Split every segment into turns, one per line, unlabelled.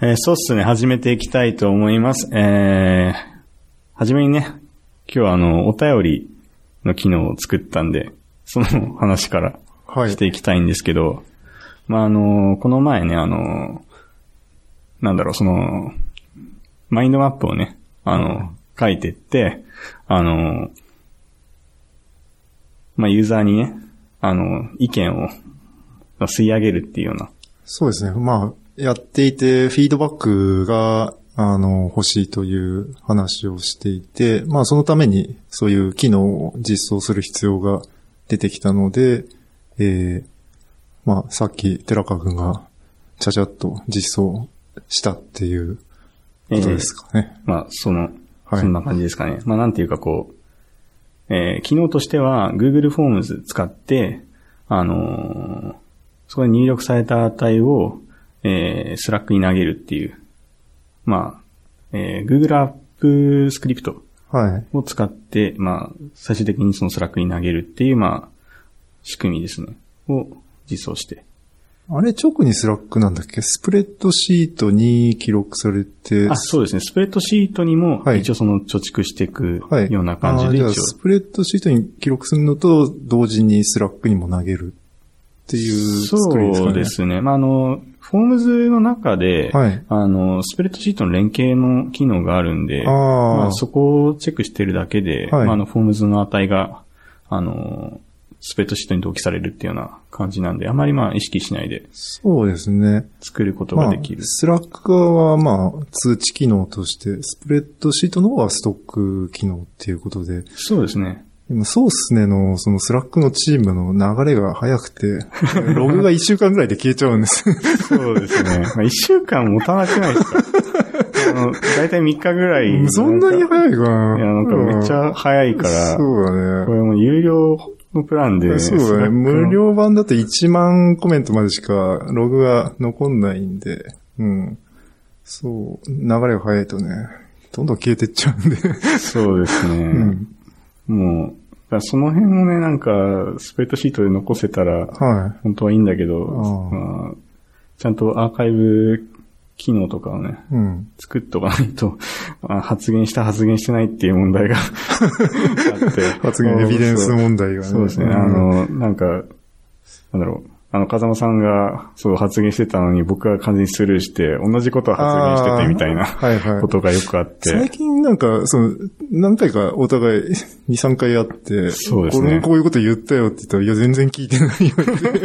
えーそうっすね、始めていきたいと思います。えー、はじめにね、今日はあの、お便りの機能を作ったんで、その話から
はい
していきたいんですけど、まあ、あの、この前ね、あの、なんだろう、その、マインドマップをね、あの、書いてって、あの、まあ、ユーザーにね、あの、意見をまあ吸い上げるっていうような
そうですね。まあ、やっていて、フィードバックが、あの、欲しいという話をしていて、まあ、そのために、そういう機能を実装する必要が出てきたので、えーまあ、さっき、寺川くんが、ちゃちゃっと実装したっていうことですかね。
まあ、その、
はい
そんな感じですかね。まあ、なんていうかこう、えー機能としては Google フォームズ使って、あのーそこに入力された値を、えー、スラックに投げるっていう、まあ、えー Google アップスクリプト
はい。
を使って、まあ、最終的にそのスラックに投げるっていう、まあ、仕組みですね。を実装して。
あれ、直にスラックなんだっけスプレッドシートに記録されて、
あ、そうですね。スプレッドシートにも、
はい
一応その貯蓄していく
はい。
ような感じで、
あー
一
じゃあ、
応
スプレッドシートに記録するのと、同時にスラックにも投げるっていう作りですかね。
そうですね。まあ、あの、フォームズの中で、
はい
あの、スプレッドシートの連携の機能があるんで、
あー
まあ、そこをチェックしてるだけで、
はい
まあ、あの、フォームズの値が、あの、スプレッドシートに同期されるっていうような感じなんで、あまりまあ意識しないで
そうですね。
作ること
ま
が
あ
でき、る。
スラック側はまあ、通知機能として、スプレッドシートの方はストック機能っていうことで、
そうですね。
今、ソースネの、そのスラックのチームの流れが早く て、ログが1週間ぐらいで消えちゃうんです。
そうですね。まあ、一週間持たなくないですかあの、だいたい3日ぐらい。
そんなに
い
早いか
い
な
や、なんかめっちゃ早いから、
そうだね
こ。れも有料のプランで、
そうだね。
Slack の
無料版だと1万コメントまでしかログが残んないんで、うん。そう、流れが早いとね、どんどん消えてっちゃうんで。
そうですね。
うん。
もう、だからその辺もね、なんか、スプレッドシートで残せたら、
は
本 当はいいんだけど、
ああ
まあちゃんとアーカイブ機能とかをね、
い。うん。
作っとかないと、まあ発言した発言してないっていう問題が あって。
発言エビデンス問題がね。
そうそうですね。あ
ん、
の、なんか、なんだろう。あの、風間さんが、そう発言してたのに、僕が完全にスルーして、同じことを発言しててみたい
あ
な
ーはいはい
ことがよくあって。
最近なんか、その、何回かお互い2、3回やって、
そうですね
このこういうこと言ったよって言ったら、いや、全然聞いてないよ って。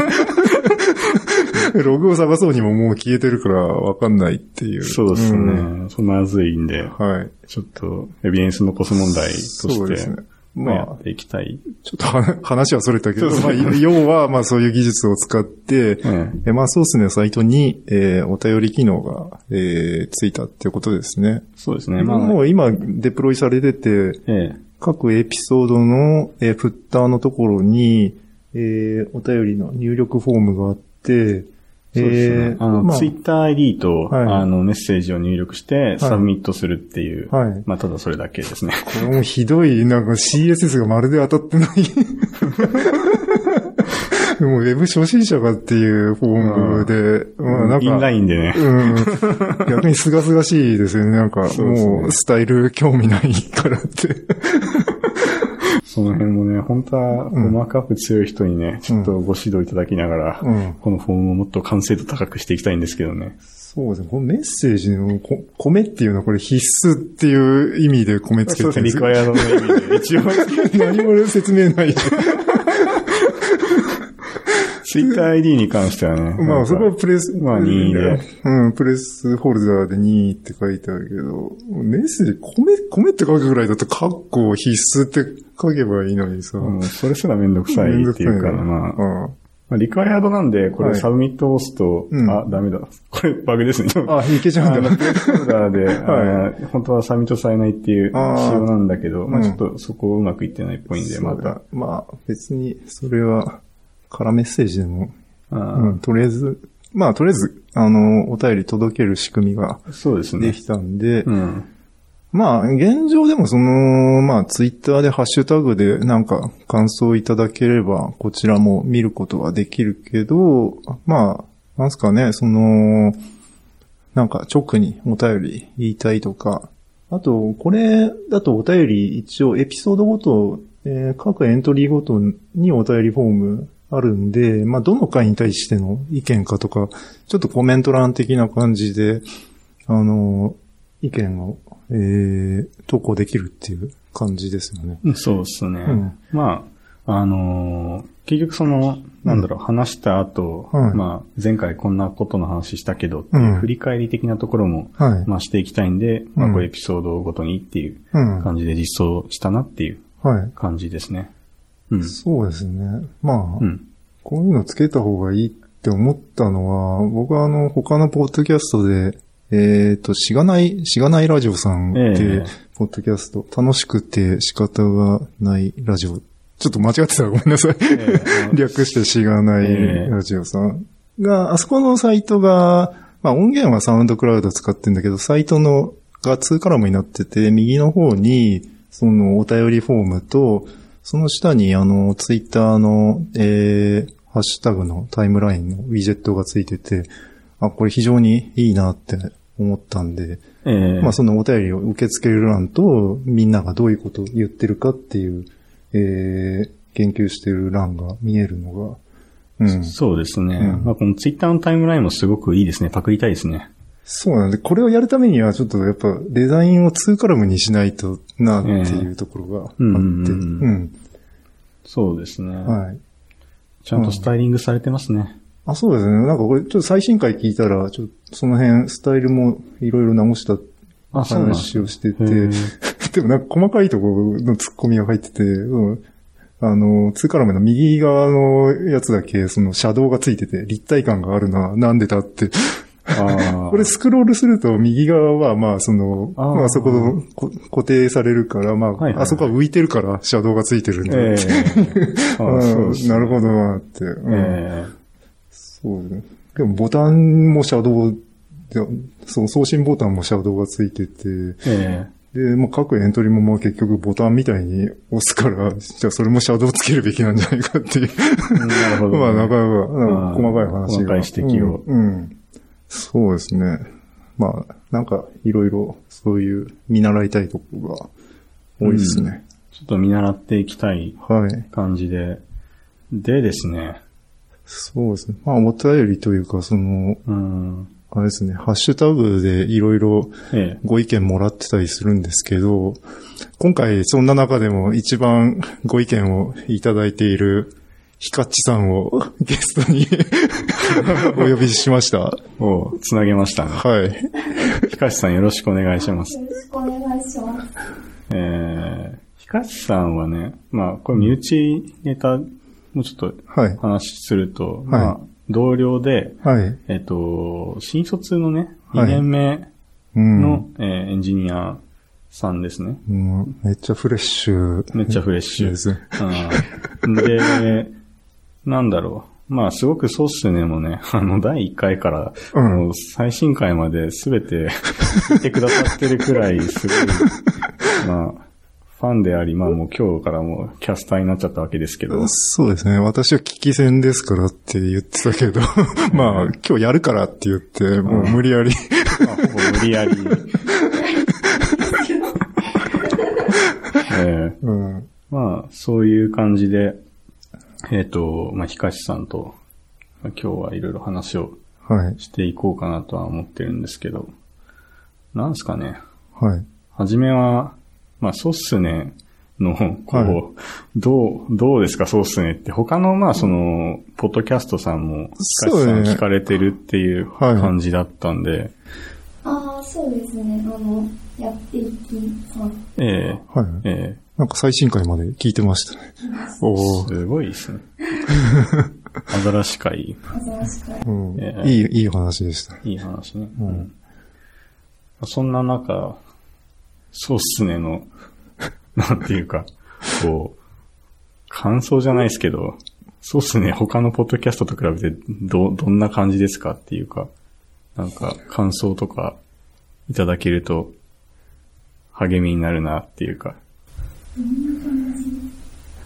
ログを探そうにももう消えてるからわかんないっていう。
そうですね。
ん
そんなまずいんで、
はい。
ちょっとエビデンス残す問題と
そう
し
です
て、
ね
まあ、
ま
や
あ
っていきたい。
ちょっとは 話はそれたけど、
そうそう
まあ、要は、まあそういう技術を使って、
え
えまあソースのサイトに、えーお便り機能が、えーついたってことですね。
そうですね。まあ、
もう今デプロイされてて、
ええ
各エピソードの、えーフッターのところに、えーお便りの入力フォームがあって、
そうですね。あの、
ま
ツイッター ID と、
はい
あの、メッセージを入力して、サブミットするっていう、
はい
まあ、ただそれだけですね。
これもひどい、なんか CSS がまるで当たってない。もうウェブ初心者かっていうフォームで、まあなんか。
インラインでね。
うん。逆にすがすがしいですよね。なんか、
そうですね
もう、スタイル興味ないからって。
その辺もね、本当は、細かく強い人にね、ちょっとご指導いただきながら、
うん
このフォームをもっと完成度高くしていきたいんですけどね。
そうですね。このメッセージのこ、米っていうのはこれ必須っていう意味で米つけて
そう
る
ですね、リ
んです
クワイアドの意味で、 一応、
何も説明ない。
ツイッター ID に関してはね、なん
ま
か
あ、そこはプレス、
まあ任意で
うん、プレスホルダーで2って書いてあるけど、メッセージ、米、米って書くぐらいだと、カッコ必須って書けばいいのにさ。
うんそれすらめんどくさい
めんど
っ
く
て
さい
い
な
うか、まあ、ま
うん
あ、リクワイアードなんで、これ
はい
サブミットを押すと、
うん
あ、ダメだ。これバグですね。
あ、いけちゃ
あ
うん
の、
だ。
プレスホルダー で、あの本当はサブミットされないっていう仕
あー
様なんだけど、まあ
うん
ちょっとそこうまくいってないっぽいんで、ま
そう
た
だ。まあ、別に、それは、空メッセージでも、う
あ
ん、とりあえず、まあ、とりあえず、あの、お便り届ける仕組みが
ーそうです
で
ね。
きたんで、
うん。
まあ、現状でもその、まあ、ツイッターでハッシュタグでなんか感想いただければ、こちらも見ることはできるけど、まあ、なんすかね、その、なんか直にお便り言いたいとか、あと、これだとお便り一応エピソードごと、えー各エントリーごとにお便りフォームあるんで、まあ、どの回に対しての意見かとか、ちょっとコメント欄的な感じで、あの、意見を、えー、投稿できるっていう感じですよね。
うんそうですね。
うん
まあ、あのー結局その、なんだろう、話した後、
はい
まあ、前回こんなことの話したけどっていう
うん
振り返り的なところも、
はい。
まあしていきたいんで、まあ
うん
こうエピソードごとにっていう
うん。は
感じで実装したなっていう
い。
感じですね。うん。
そうですね。まあ、
うん。
こういうのつけた方がいいって思ったのは、僕はあの、他のポッドキャストで、えっ、と、しがない、しがないラジオさんって、
ええ
ポッドキャスト、楽しくて仕方がないラジオ。ちょっと間違ってたらごめんなさい。略してしがないラジオさんが、あそこのサイトが、まあ音源はサウンドクラウド使ってんだけど、サイトのが2カラムになってて、右の方に、そのお便りフォームと、その下にあの、ツイッターの、えー、ハッシュタグのタイムラインのウィジェットがついてて、あ、これ非常にいいなって思ったんで、
ええ
まあそのお便りを受け付ける欄と、みんながどういうことを言ってるかっていう、えー、研究してる欄が見えるのが、うん。
そうですね。
うん
まあこのツイッターのタイムラインもすごくいいですね。パクりたいですね。
そうなんで、これをやるためにはちょっとやっぱデザインを2カラムにしないとなっていうところがあって、
う
うんん。
うんそうですね。
はい。
ちゃんとスタイリングされてますね。
あ、そうですね。なんかこれちょっと最新回聞いたら、ちょっとその辺スタイルもいろいろ直した
あ、そうなんです
話をしてて、
へー
でもなんか細かいところの突っ込みが入ってて、うんあの、2カラムの右側のやつだけ、その、シャドウがついてて、立体感があるな、なんでだって。
ああ。
これスクロールすると、右側は、まあ、その、
あー
まあ、そこのこ固定されるから、まあ、
はいはい
あそこは浮いてるから、シャドウがついてるんだ
ええ
って。
ああそう
う
で
ん
すね
なるほどな、って。うん
ええ
そうですね。でも、ボタンもシャドウで、その送信ボタンもシャドウがついてて、
え
で、まあ、各エントリーもまあ結局ボタンみたいに押すから、じゃあそれもシャドウつけるべきなんじゃないかっていう。
えなるほど、
まあ、なかなか、なんか細かい話が。
細かい指摘を
うん。うんそうですね。まあ、なんかいろいろそういう見習いたいところが多いですね。
ちょっと見習っていきたい
はい。
感じで。でですね。
そうですね。まあ、お便りというか、その、
うん。
あれですね、ハッシュタグでいろいろ
ええ。
ご意見もらってたりするんですけど、今回そんな中でも一番ご意見をいただいているヒカッチさんを ゲストにお呼びしました。
をつなげましたね。
はい。
ひかしさんよろしくお願いします。
よろしくお願いします。
えー、ひかしさんはね、まあ、これ身内ネタ、もうちょっと
はい。
話すると、まあ、同僚で、
はい。
えっ、と、新卒のね、
は
2
い
年目
うん。
の、えーエンジニアさんですね。
うんめっちゃフレッシュ。
めっちゃフレッシュ。
ですね。
うんで、なんだろう。まあ、すごくそうっすねもね、 あの、第1回から、
うん
あの最新回まで全て 見てくださってるくらい、すごい、まあ、ファンであり、まあもう今日からもうキャスターになっちゃったわけですけど、
そうですね。私は聞き戦ですからって言ってたけど、 まあ、今日やるからって言って、もう無理やり、
まあ、ほぼ無理やり。 ええ
うん。
まあ、そういう感じで、えっ、と、まあ、ひかしさんと、まあ今日はいろいろ話を
はい。
していこうかなとは思ってるんですけど、なんすかね。
はい。
はじめは、まあ、そうっすねの、こう、
はい
どう、どうですか、そうっすねって、他の、まあ、その、ポッドキャストさんも、ひかしさ
そうんね
聞かれてるっていう
はい
感じだったんで、
ああ、そうですね。あの、やっていきそう。
ええ
はい。
え
なんか最新回まで聞いてましたね。
え
おー
すごいですね。 アザラシ会、
新しく。
うん
ええ
いい、いい話でした。
いい話ね。
うん
うんそんな中、そうっすねの、 なんていうか、こう、感想じゃないですけど、そうっすね、他のポッドキャストと比べて、ど、どんな感じですかっていうか、なんか、感想とか、いただけると、励みになるなっていうか。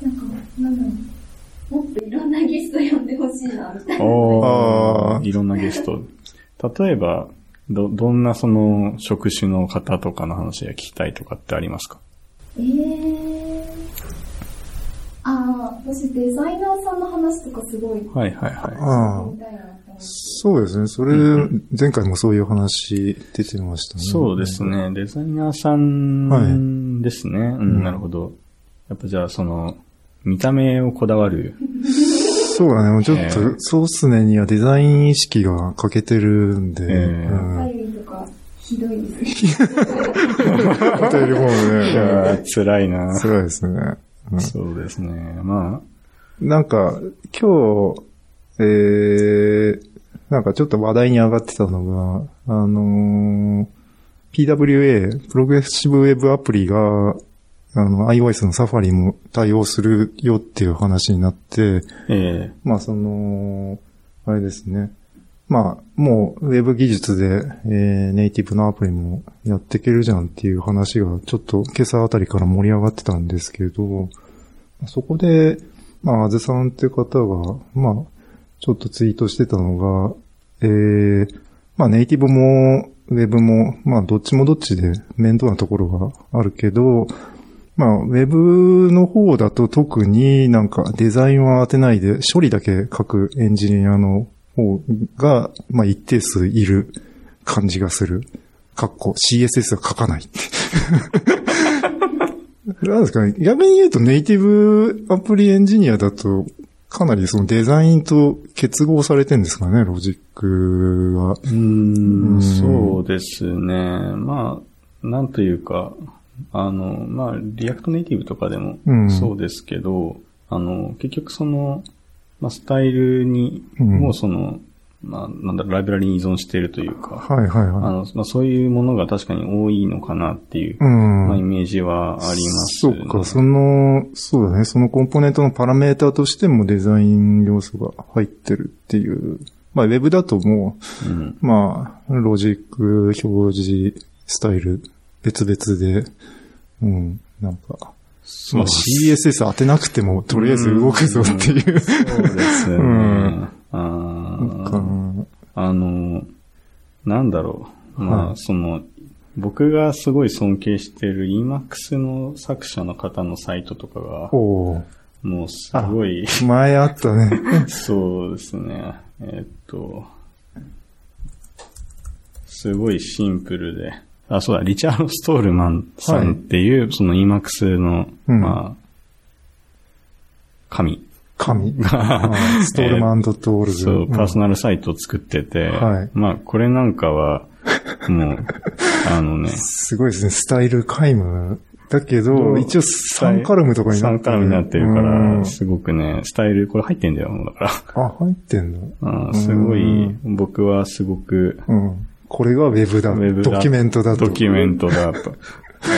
なんか、なんだろう。もっといろんなゲスト呼んでほしいな、みたいな。
お
ー
いろんなゲスト。例えば、ど、どんなその職種の方とかの話が聞きたいとかってありますか
えー。ああ、私デザイナーさんの話とかすごい、み
はいはいはい。
ああ、
たいなって思って。
そうですね。それ、前回もそういう話出てましたね。
そうです。ね。デザイナーさ
は
んですね。うん、
うん
なるほど。やっぱじゃあその、見た目をこだわる。
そうだね。もうちょっ
ええ
と、そうっすねにはデザイン意識が欠けてるんで、
ええ
うん
左右とか、ひどいですね。
お便りフォ ームね。
辛いな
辛いですね。うん
そうですね。ま
なんか、今日、えー、なんかちょっと話題に上がってたのが、あのー PWA、プログレッシブウェブアプリが、あの、iOS のサファリも対応するよっていう話になって、
あ、え
まあその、あれですね。まあ、もうウェブ技術で、えーネイティブのアプリもやっていけるじゃんっていう話がちょっと今朝あたりから盛り上がってたんですけど、そこで、まあ、あずさんっていう方が、まあ、ちょっとツイートしてたのが、えー、まあネイティブもウェブも、まあどっちもどっちで面倒なところがあるけど、まあ、ウェブの方だと特になんかデザインは当てないで処理だけ書くエンジニアの方が、まあ一定数いる感じがする。かっこ CSS は書かない。 なんですかね。逆に言うとネイティブアプリエンジニアだとかなりそのデザインと結合されてるんですかね、ロジックは。
えう、
うんん
そうですね。まあ、なんというか、あの、まあ、リアクトネイティブとかでも
うん
そうですけど、あの、結局その、まあ、スタイルに、
うん
もうその、まあ、なんだろう、ライブラリに依存しているというか、
はいはい
あ
はい。
の、まあ、そういうものが確かに多いのかなっていう、
うん。
まあ、イメージはあります、
そうか、その、そうだね、そのコンポーネントのパラメーターとしてもデザイン要素が入ってるっていう。まあ、ウェブだとも
うん。
う、まあ、ロジック、表示、スタイル、別々で、うん、なんか、
そ
まあ、CSS 当てなくても、とりあえず動くぞっていう。
そうですね。
うん
あ
なんか
ー あの、なんだろう。まあ、
はい
その、僕がすごい尊敬してる EMAX の作者の方のサイトとかが、
おう
もうすごい、
前あったね。
そうですね。えーっと、すごいシンプルで。あ、そうだ、リチャード・ストールマンさんっていう、その EMAX の、
うん
まあ、神
神。はいストールマンドトールズ。
そう、パーソ
ナ
ナルサイトを作ってて、
はい
まあ、これなんかは、も う、あのね、
すごいですね、スタイル皆無。だけ
ど
ど、
う
一応サンカルムとかになっ
3
てる。
からになってるか
うん
ら、すごくね、スタイル、これ入ってんだよ、もうだか
あ、入ってんの
ら。うん、すご
う
い
ん、
僕はすごく、
うん。これがウェブだ。
ウェブだ
ドキュメントだと。
ドキュメントだと、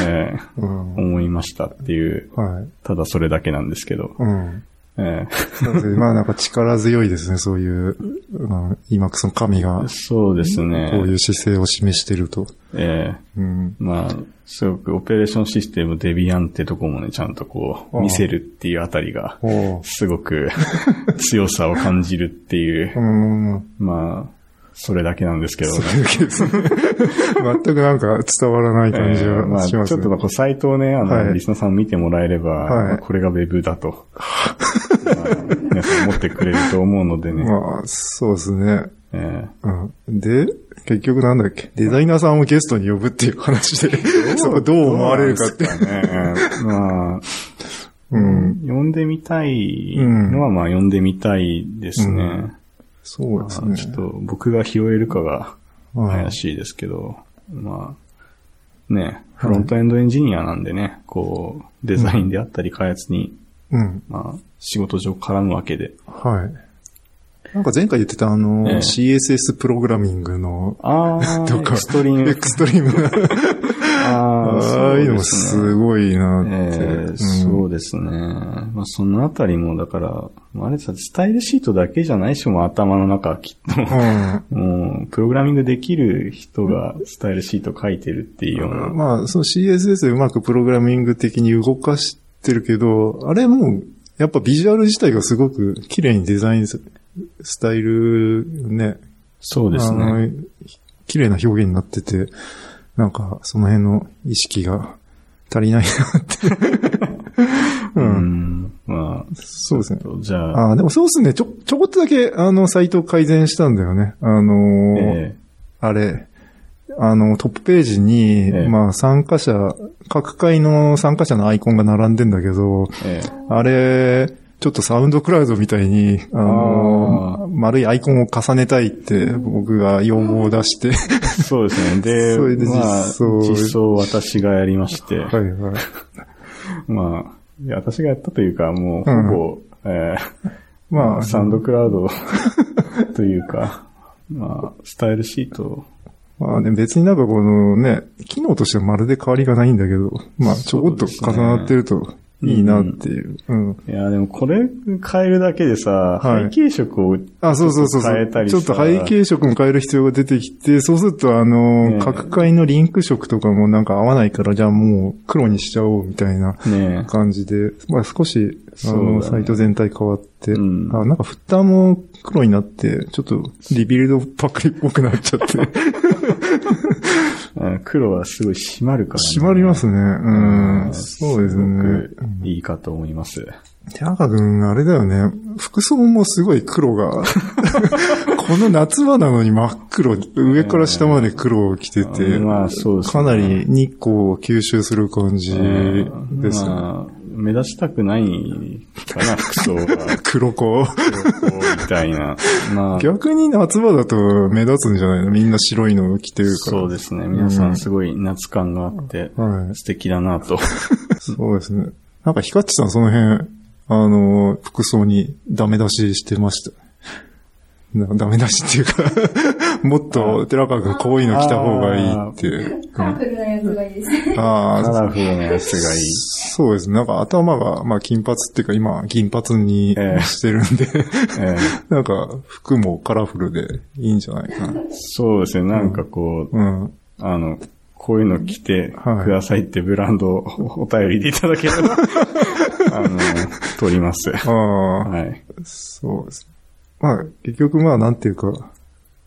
えー
うん。
思いましたっていう、
はい。
ただそれだけなんですけど、
うん。
え
なのでまあなんか力強いですね、そういう、うん、今その神が
ー、そうですね、
こういう姿勢を示してると。
え
うん。
ーまあ、すごくオペレーションシステムデビアンってとこもね、ちゃんとこう、見せるっていうあたりが、
おう
すごく 強さを感じるっていうう、
ん。
まあ、それだけなんですけど
そう
ね。
いうケース全くなんか伝わらない感じ
えーまあ、
がし
ちょ
ま
っ
す
と
ね。
まあこうサイトをね、あの、
はい
リスナーさん見てもらえれば、
はい
まあこれが Web だ と、まあ皆さん思ってくれると思うのでね。
まあ、そうですね。
え
うん。で、結局なんだっけデザイナーさんをゲストに呼ぶっていう話で、そこどう思われるかって。
ーねえーまあ、
うん。
読んでみたいのは、まあ、読んでみたいですね。
うんそうです
まあ
ね。
ちょっと、僕が拾えるかが
はい
怪しいですけど、まあ、ね、フロントエンドエンジニアなんでね、こう、デザインであったり開発に、
うん。
まあ、仕事上絡むわけで。
はい。なんか前回言ってたあの、
ええ
CSS プログラミングの、
ああ、
と
エ
か
クストリーム。
エクストリームな、
あ
ああいうのも
い。
すごいな
え
って。
ーそうですね。まあ、そのあたりも、だから、まああれさ、スタイルシートだけじゃないしもう頭の中はきっと、
うん。
もう、プログラミングできる人がスタイルシート書いてるっていうよう
うん
な。
まあ、その CSS でうまくプログラミング的に動かしてるけど、あれもう、やっぱビジュアル自体がすごく綺麗にデザインす、スタイルね、
そうですね。
あの綺麗な表現になってて、なんか、その辺の意識が足り ないなって。う。
うんん。まあ、
そうですね。
じゃあ、
ああ、でもそうですね。ちょ、ちょこっとだけ、あの、サイトを改善したんだよね。あのー
え
あれ、あの、トップページに、
ええ
まあ、参加者、各界の参加者のアイコンが並んでんだけど、
えええ
あれ、ちょっとサウンドクラウドみたいに、あの
あ
丸いアイコンを重ねたいって、僕が要望を出して、
そうですね。で、
それで実
まあ、
装
実装を私がやりまして、
はいはい。
まあ、いや私がやったというか、もう、
うん
ほぼ、え
ま
ー、
あ、
サウンドクラウドというか、まあ、スタイルシート、
まあね、別になんかこのね、機能としてはまるで変わりがないんだけど、まあ、ちょこっと重なってるといいなっていう。うん。
いや、でもこれ変えるだけでさ、
はい
背景色を
あ、そうそうそうそう。
変えたり
ちょっと背景色も変える必要が出てきて、そうすると、あの、
ねえ
各界のリンク色とかもなんか合わないから、じゃあもう黒にしちゃおうみたいな
ね
感じで、まあ少し、あ
そうだ
の、
ね
サイト全体変わって、
うん
あなんかフッターも黒になって、ちょっとリビルドパクリっぽくなっちゃって、
うん黒はすごい締まるから、
締まります
ね。
ね。うん。
ん
そうですね。
ごくいいかと思います。
手赤くん、あれだよね。服装もすごい黒 が。この夏場なのに真っ黒、上から下まで黒を着てて、
まあそうですね
かなり日光を吸収する感じですね。
まあ、目立ちたくないかな、服装が。
黒子。
みたい な。まあ、
逆に夏場だと目立つんじゃないのみんな白いのを着てるから。
そうですね。皆さんすごい夏感があって、
はい。
素敵だなと。
そうですね。なんかヒカッチさんその辺、あの、服装にダメ出ししてました。 なダメ出しっていうか、 もっと寺川くんこういうの着た方がいいっていう。
カラフルなやつがいいですね。
あ
カ
あ、
ラフルなやつがいい。
そうですね。なんか頭が、まあ金髪っていうか今銀髪に
ええ
してるんで、
ええ
なんか服もカラフルでいいんじゃないかな。
そうですね。なんかこう、
うん。
あの、こういうの着て
はい
くださいってブランドを お便りでいただけれ ば、あの、取ります。
ああ、
はい。
そうです。まあ結局まあなんていうか、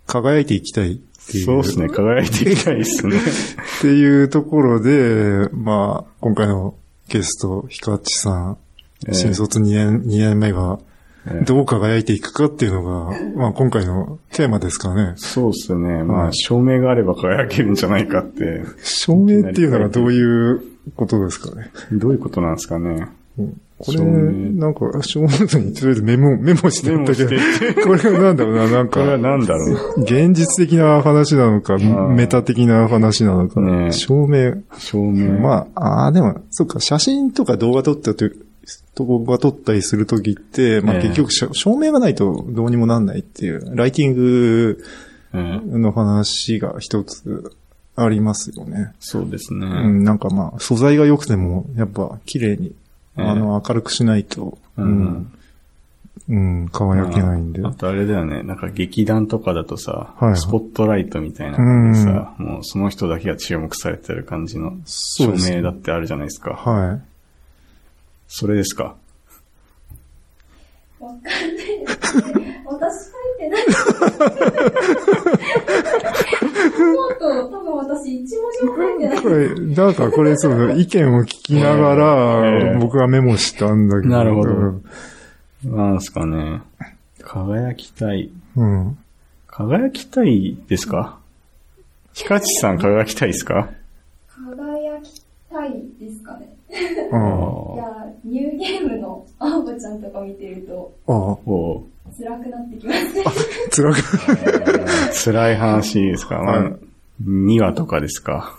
輝いていきたいっていう。
そうですね。輝いていきたいですね。
っていうところで、まあ、今回のゲスト、ヒカッチさん、
ええ
新卒2年、二年目が、
ええ
どう輝いていくかっていうのが、まあ今回のテーマですからね。
そうですね。ま
は
あ、
い
照明があれば輝けるんじゃないかって、
証明っていうのがどういうことですかね。
どういうことなんですかね。
うんこれ、
照明
なんか、証明にとりあえずメモ、メモして
メ
ん
モ
だけ
し
ど
て、
これはなんだろうな、なん
これは
か、
何だろ
現実的な話なのか、
ん
メタ的な話なのか、
ねえ
証明、
う。照明。あ、
まあ、ああ、でも、そっか、写真とか動画撮ったと、動画撮ったりするときって、まあ
ええ
結局しょ、照明がないとどうにもなんないっていう、ライティングの話が一つありますよね。
そうですね。
うん、なんかまあ、素材が良くても、やっぱ綺麗に、
ええ
あの、明るくしないと、うん、うん、輝けないんで。
あとあれだよね、なんか劇団とかだとさ、
はい
スポットライトみたいな感じでさ、もうその人だけが注目されてる感じの
そう
照
ですね
明だってあるじゃないですか。
はい。
それですか。
わかんないですね。私書いてない。ノート、多分私一文字も書いてない。
これ、なんかこれ、その、意見を聞きなが
え
ら、
え
僕はメモしたんだけど。
なるほど
うん
なんすかね。輝きたい。
うん。
輝きたいですかヒカチさん輝きたいですか
輝きたいですかね。
あ
あ
あ
い
ー
や、ニューゲームのアーボちゃんとか見てると
ああ、
おう
辛くなってきますね。
辛く。
辛い話ですか、まあ
はい
2話とかですか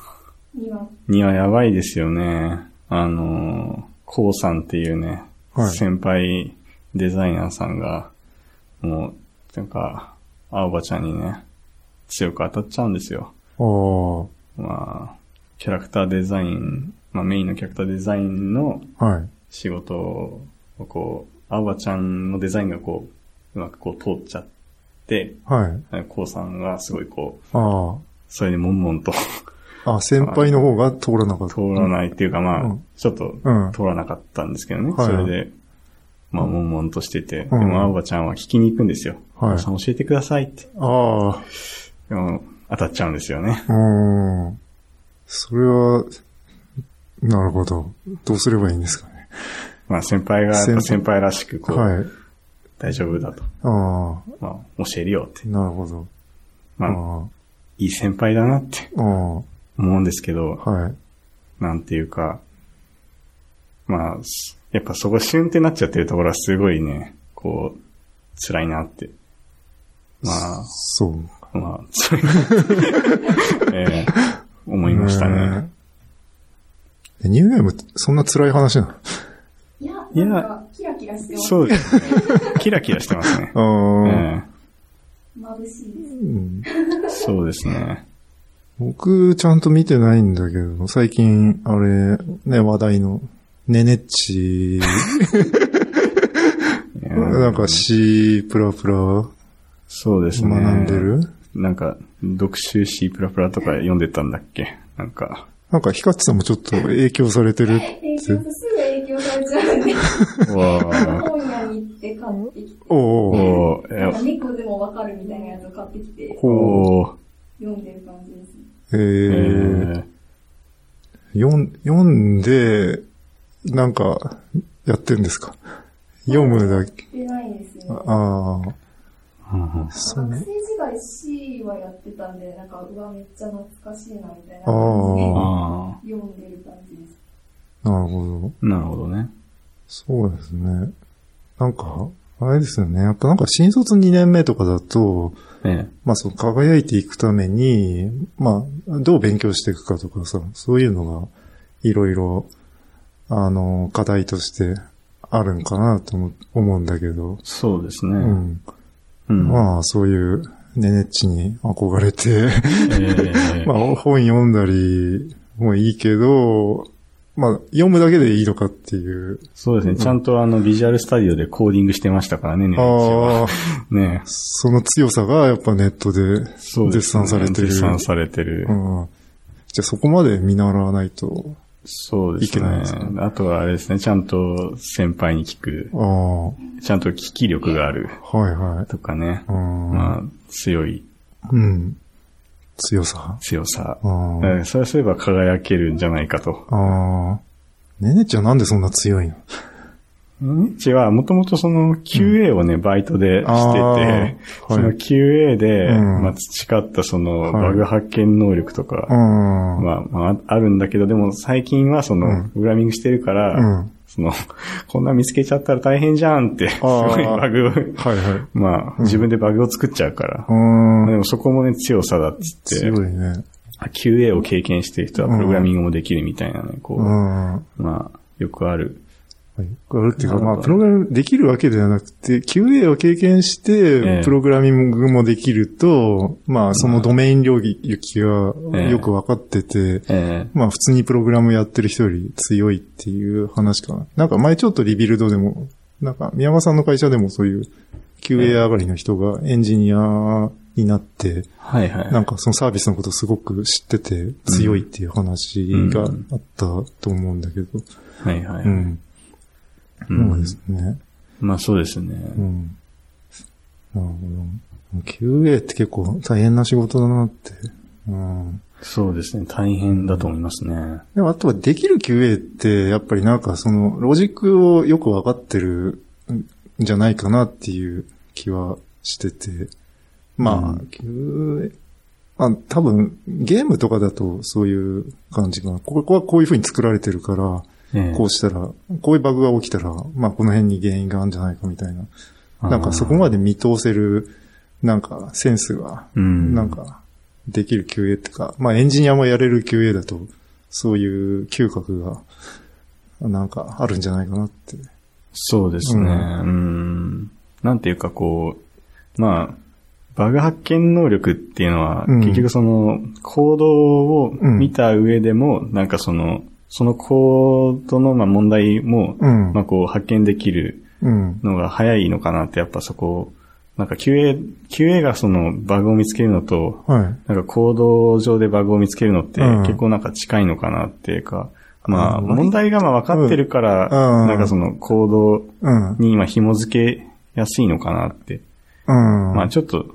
今、
にはやばいですよね。あの、コウさんっていうね、
はい
先輩デザイナーさんが、もう、なんか、青葉ちゃんにね、強く当たっちゃうんですよ。
ああ、
まあ、キャラクターデザイン、まあメインのキャラクターデザインの
はい。
仕事を、こう、青葉ちゃんのデザインがこう、うまくこう通っちゃって、
はい。
コウさんがすごいこう、
あ
それに悶々と
あ。あ、先輩の方が通らなかった。
通らないっていうか、まあ、
うん
ちょっと
うん。
通らなかったんですけどね。
はい
それで、まあ、悶々としてて。で
うん
も、青葉ちゃんは聞きに行くんですよ。
はい
お母さん教えてくださいって。
ああ。
でも当たっちゃうんですよね。
うん。それは、なるほど。どうすればいいんですかね。
まあ先輩がやっぱ
先
先輩らしくこう、
はい。
大丈夫だと、
あ
まあ教えるよって
あ、、なるほど。
まあいい先輩だなって
ああ、
思うんですけど、
ああ、はい。
なんていうか、まあ、すやっぱそこシュンってなっちゃってるところはすごいね、こう、辛いなって。ま
そう。
あ、まあ、辛いなって、 えー思いましたね。
えー。ニューゲームってそんな辛い話なの
いや、
いや
なんか、キラキラしてます。
そうですね。キラキラしてますね。え
ああ、
ー
眩しいです。
うん
そうですね。
僕、ちゃんと見てないんだけど、最近、あれ、ね、話題の、ねねっち、
えー
なんか C プラプラ
そうですね。
学んでる
なんか、読集 C++ とか読んでたんだっけなんか、
なんか、ヒカチさんもちょっと影響されてるって。
影響、すぐ影響されちゃうんで、
わー
本屋に行って買ってきて、
おうおう
おー
なんか
え
猫でもわかるみたいなやつを買ってきて、
おー
読んでる感じです。
え
え
ー
ー
読ん読んで、なんか、やってんですか読むだけ。
やってないですね。
ああ、
うんうん
そう
学生
ね。
時代 C はやってたんで、なんか、うわ、めっちゃ懐かしいな、みたいな
あー
感
ああ、
じで読んでる感じです。
なるほど。
なるほどね。
そうですね。なんか、あれですよね。やっぱなんか新卒2年目とかだと、
ええ
まあその輝いていくために、まあどう勉強していくかとかさ、そういうのがいろいろ、あの、課題としてあるんかなとも思うんだけど、
そうですね。
うん。
うん
まあそういうねねっちに憧 れて、
ええ
まあ本読んだりもいいけど、まあ読むだけでいいのかっていう。
そうですね。ちゃんとあの、ビジュアルスタジオでコーディングしてましたからね、ね。
ああ。
ね
その強さがやっぱネットで
そうで
絶
すね
賛されてる。
絶賛されてる。
うん。じゃあそこまで見習わないと。
そうです
いけない
ね
ですね。
あとはあれですね、ちゃんと先輩に聞く
あ、あ、はい
ちゃんと聞き力がある
はい。
とかね
う。ん。
まあ、強い
うん。強さ。
強さ
あ。あ。
ええそうすれば輝けるんじゃないかと。
ああ。ねねちゃんなんでそんな強いの
うちは、もともとその QA をね、バイトでしてて、
あーはい
その QA で、
うん
まあ、培ったその、
はい
バグ発見能力とか、
うん。
まあ、まあ、あるんだけど、でも最近はその、
うん
プログラミングしてるから、
うん。
その、こんな見つけちゃったら大変じゃんって、すごいバグを、
はいはい。
まあ、自分でバグを作っちゃうから
う。
で
ん。
もそこもね、強さだっつって
強、いね。
QA を経験してる人はプログラミングもできるみたいなね、こ
う
う、
ん。
まあ、よくある。
よくあるっていうか、
なるほ
ま
ど
あ、プログラムできるわけではなくて、QA を経験し
え
て
え、
プログラミングもできると、まあ、そのドメイン領域が
ええ
よくわかってて、
え
まあ、普通にプログラムやってる人より強いっていう話かな。なんか前ちょっとリビルドでも、なんか宮川さんの会社でもそういう QA 上がりの人がエンジニアになって、
えはいはい。
なんかそのサービスのことすごく知ってて強いっていう話があったと思うんだけど。
はいはい。
うん。
う
そうで
ん
すね。
まあそうですね。
うん。なるほど。QA って結構大変な仕事だなって。うん。
そうですね。大変だと思いますね。
でもあとはできる QA って、やっぱりなんかそのロジックをよくわかってるんじゃないかなっていう気はしてて。まあ、
うん
QA、まあ多分ゲームとかだとそういう感じが、ここはこういう風に作られてるから、
ええ
こうしたら、こういうバグが起きたら、まあこの辺に原因があるんじゃないかみたいな。なんかそこまで見通せる、なんかセンスが、
うん
なんかできる QA ってか、まあエンジニアもやれる QA だと、そういう嗅覚が、なんかあるんじゃないかなって。
そうですね。
う
うんん。なんていうかこう、まあ、バグ発見能力っていうのは、
うん
結局その、行動を見た上でも、なんかその、その行動のまあ問題も、
うん。
まあこう発見できる
うん。
のが早いのかなって、やっぱそこ、なんか QA、QA がそのバグを見つけるのと、
はい。
なんか行動上でバグを見つけるのって
うん
結構なんか近いのかなっていうか、まあ
うん
問題がまあ分かってるから、
うん
なんかその行動
うん。
に今紐付けやすいのかなって。
うん。
まあちょっと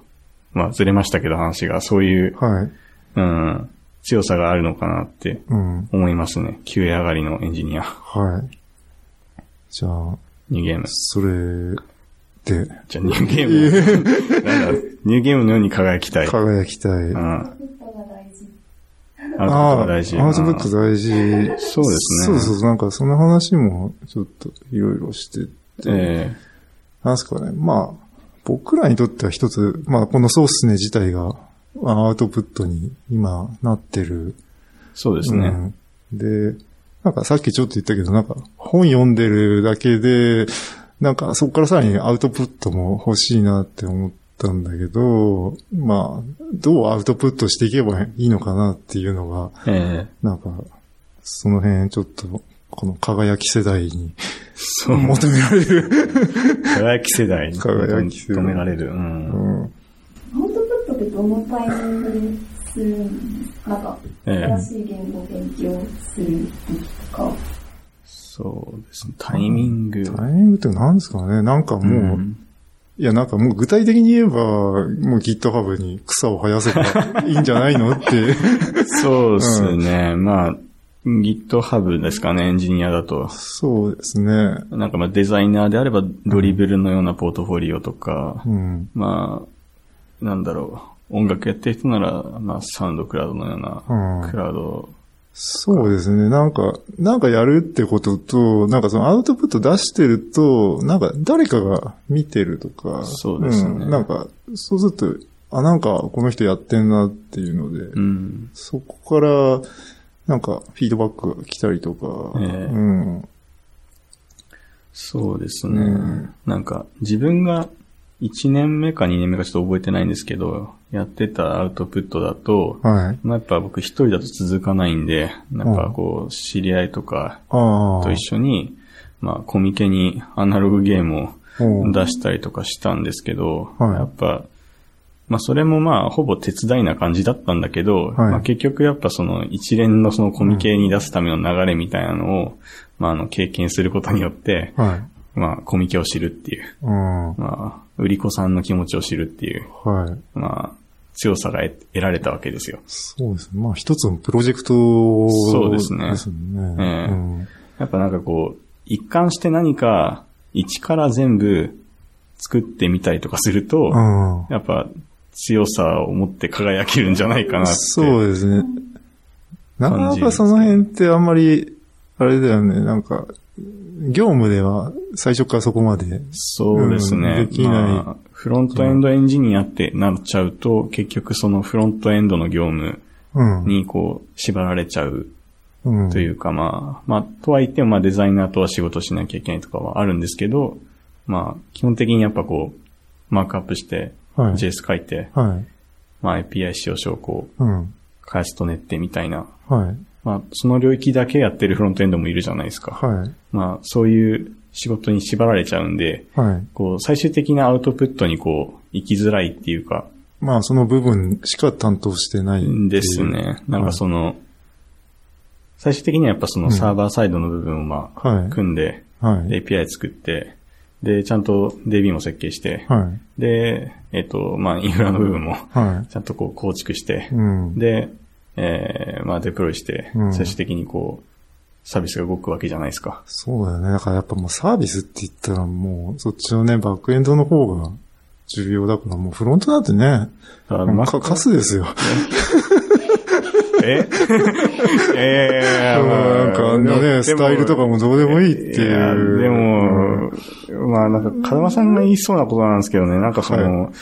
まあ、ずれましたけど話が、そういう、
はい。
うん、強さがあるのかなって
うん。
思いますね。急上がりのエンジニア、
はい。じゃあ、
ニューゲーム。
それで
じゃあ、ニューゲーム。なんだ、ニューゲームのように輝きたい。う
輝きたい。
ん。
アウトプットが大事。
アウトプットが大事。
あーアウトプット
うん
大事。
そうですね。
そうそうそう、なんかその話もちょっといろいろしてて、
え
なんすかね、まあ、僕らにとっては一つ、まあこのソースね自体がまあアウトプットに今なってる。
えそうですね。
うんで、なんかさっきちょっと言ったけど、なんか本読んでるだけで、なんかそこからさらにアウトプットも欲しいなって思ったんだけど、まあ、どうアウトプットしていけばいいのかなっていうのが、
ええ
なんか、その辺ちょっと、この輝き世代に
そう。
求めら れる。
輝き世代に
輝き世
求
代
められる。うん
うん
アウトプットってどのタイミングでするんですかなんか、
ええ
新しい言語を勉強する時とか。
そうですね。タイミング。
タイミングって何ですかねなんかもう、
ん
いやなんかもう具体的に言えば、もう GitHub に草を生や せばいいんじゃないのって。
そうですね。まあ、GitHub ですかね、エンジニアだと。
そうですね。
なんかまあデザイナーであればドリブルのようなポートフォリオとか
う、ん。
まあ、なんだろう。音楽やってる人なら、まあサウンドクラウドのよう
う
な、
ん
クラウド。
そうですね。なんか、なんかやるってことと、なんかそのアウトプット出してると、なんか誰かが見てるとか。
そうですね
んなんか、そうすると、あ、なんかこの人やってんなっていうので、
うん。
そこから、なんかフィードバックが来たりとか、
ええ
うん。
そうですね。
うん
なんか自分が1年目か2年目かちょっと覚えてないんですけど、やってたアウトプットだと、
はい。
まあ、やっぱ僕一人だと続かないんで、なんかこう、知り合いとか
ああ。
と一緒に、まあ、コミケにアナログゲーム
お
を
う
出したりとかしたんですけど、
はい
やっぱ、まあ、それもまあ、ほぼ手伝いな感じだったんだけど、
い
まあ、結局やっぱその一連のそのコミケに出すための流れみたいなのを、まあ、あの、経験することによって、
はい。
まあ、コミケを知るっていう、
うん。は
まあ、売り子さんの気持ちを知るっていう、
い。
まあ、強さが得得られたわけですよ。
そうですね。まあ一つのプロジェクト
そうですね
ですね
ええ
うん
やっぱなんかこう、一貫して何か、一から全部作ってみたりとかすると、
うん。
やっぱ強さを持って輝けるんじゃないかなって。
そうですね。なか
感じるんで
なか
すけど
その辺ってあんまり、あれだよね、なんか、業務では最初からそこまで。
そうですね。
うんできない
まあフロントエンドエンジニアってなっちゃうと、結局そのフロントエンドの業務
うん。
にこう、縛られちゃう
うん、
というかまあ、まあ、とはいってもまあデザイナーとは仕事しなきゃいけないとかはあるんですけど、まあ、基本的にやっぱこう、マークアップして、
はい
JS 書いて、
はい。
まあ API 使用書をこう、
うん。
開発と練ってみたいな。
はい。
まあ、その領域だけやってるフロントエンドもいるじゃないですか。
はい。
まあ、そういう仕事に縛られちゃうんで、
はい。
こう、最終的なアウトプットにこう、行きづらいっていうか、
まあ、その部分しか担当してないっていう
ですね。なんかその、最終的にはやっぱそのサーバーサイドの部分をまあ、
はい
組んで、
はい。
API 作って、で、ちゃんと DB も設計して、
はい。
で、えっ、と、まあ、インフラの部分も、
は
ちゃんとこう構築して
い。う、ん。
で、えー、まあデプロイして
う、ん
最終的にこう、サービスが動くわけじゃないですか。
そうだよね。だからやっぱもうサービスって言ったらもう、そっちのね、バックエンドの方が重要だから、もうフロントなんてね、
だから
もうか、カスですよ。
え ええ
うんなんかあのね、スタイルとかもどうでもいいっていう。
でも、まあなんか、風間さんが言いそうなことなんですけどね、なんかその、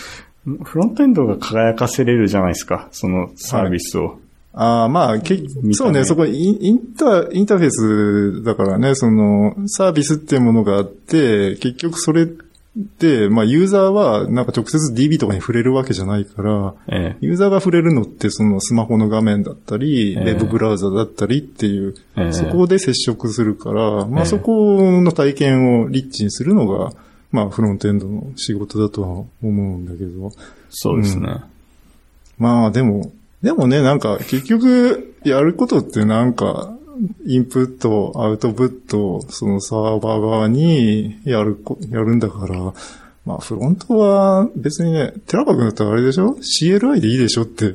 フロントエンドが輝かせれるじゃないですか、そのサービスを。
ああ、まあ、け
目
そうね、そこイン、インター、インターフェースだからね、その、サービスっていうものがあって、結局それって、まあ、ユーザーは、なんか直接 DB とかに触れるわけじゃないから、
え
ユーザーが触れるのって、そのスマホの画面だったり、
ええ
ウェブブラウザだったりっていう、
ええ
そこで接触するから、ま
ええ
あ、そこの体験をリッチにするのが、まあ、フロントエンドの仕事だとは思うんだけど、
えそうですね。
まあでも、でもね、なんか結局やることってなんか、インプット、アウトプット、そのサーバー側にやるこ、やるんだから、まあ、フロントは別にね、寺川君だったらあれでしょ ?CLI でいいでしょって。
い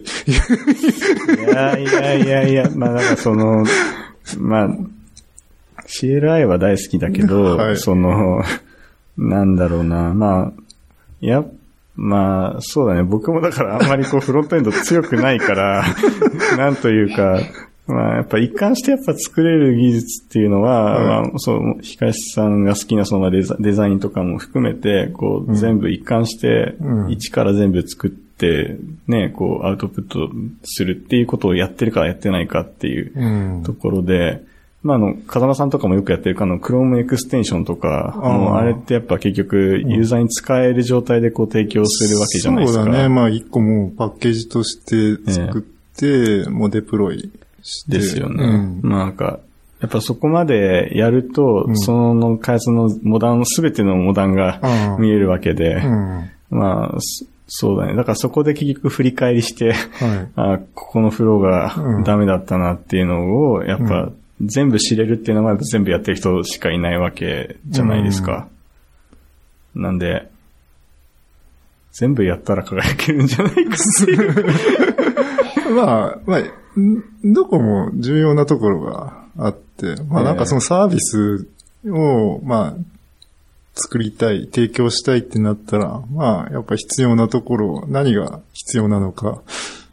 やいやいやいや、まあなんかその、まあ、CLI は大好きだけど、
はい
その、なんだろうな、まあ、いや、まあ、そうだね、僕もだからあんまりこうフロントエンド強くないから、 なんというか、まあやっぱ一貫してやっぱ作れる技術っていうのは、
はい
まあそう、ヒカシさんが好きなそのデザデザインとかも含めて、こう全部一貫して
う、ん
一から全部作って、ね、こうアウトプットするっていうことをやってるかやってないかっていう
うん
ところで、まああの、風間さんとかもよくやってるかあの、Chrome エクステンションとか、
あー
もうあれってやっぱ結局ユーザーに使える状態でこう提供するわけじゃないですか。
そうだね。まあ、一個もうパッケージとして作って、もうデプロイして。
ですよね。
うん
まあなんか、やっぱそこまでやると、
うん
その開発のモダン、すべてのモダンが
ああ
見えるわけで、
うん。は
まあ、そそうだね。だからそこで結局振り返りして、
い。
あここのフロー
う
が
ん
ダメだったなっていうのを、やっ
う
ぱ全部知れるっていうのはやっぱ全部やってる人しかいないわけじゃないですか。なんで、全部やったら輝けるんじゃないかって いう。
まあ、まあ、んどこも重要なところがあって、
え
まあ
え
なんかそのサービスを、まあ、作りたい、提供したいってなったら、まあ、やっぱ必要なところ、何が必要なのか、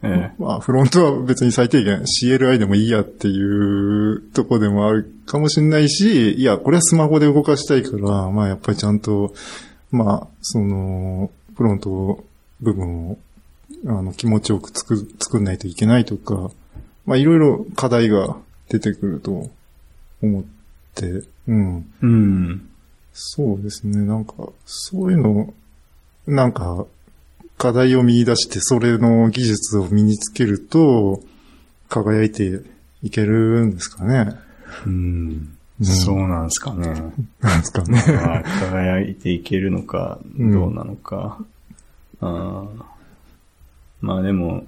ええ
まあ、フロントは別に最低限 CLI でもいいやっていうとこでもあるかもしれないし、いや、これはスマホで動かしたいから、まあ、やっぱりちゃんと、まあ、その、フロント部分を、あの、気持ちよく作、作んないといけないとか、まあ、いろいろ課題が出てくると思って、うん。
うん。
そうですね。なんか、そういうの、なんか、課題を見出して、それの技術を身につけると、輝いていけるんですかね。
うん
うん
そうなんですかね。
なんですか ね。
まあ、輝いていけるのか、
うん
どうなのか。あーまあでも、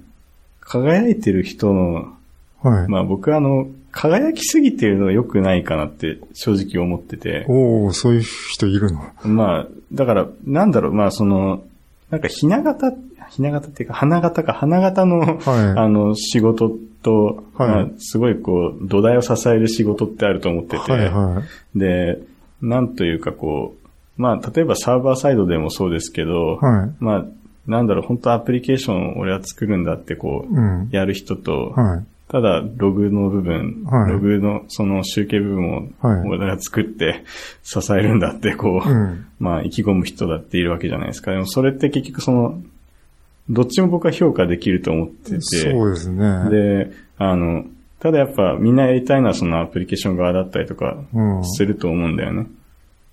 輝いてる人の、
はい。
まあ僕はあの、輝きすぎてるのは良くないかなって正直思ってて。
おおそういう人いるの。
まあ、だから、なんだろう、まあその、なんかひな形、ひな形っていうか、花形か、花形の、あ
は
の、仕事と、
はい
まあすごいこう、土台を支える仕事ってあると思っ
い。
てて、
はいは
で、なんというかこう、まあ、例えばサーバーサイドでもそうですけど、
い。は
まあ、なんだろう、本当アプリケーションを俺は作るんだってこ
い。うん
う、。やる人と、
はい。
ただログの部分、
はい
ログのその集計部分を
はい
俺が作って支えるんだってこう、
うん。
まあ、意気込む人だっているわけじゃないですか。でもそれって結局その、どっちも僕は評価できると思ってて、
そうですね。
で、あの、ただやっぱみんなやりたいのはそのアプリケーション側だったりとか
うん。
すると思うんだよね。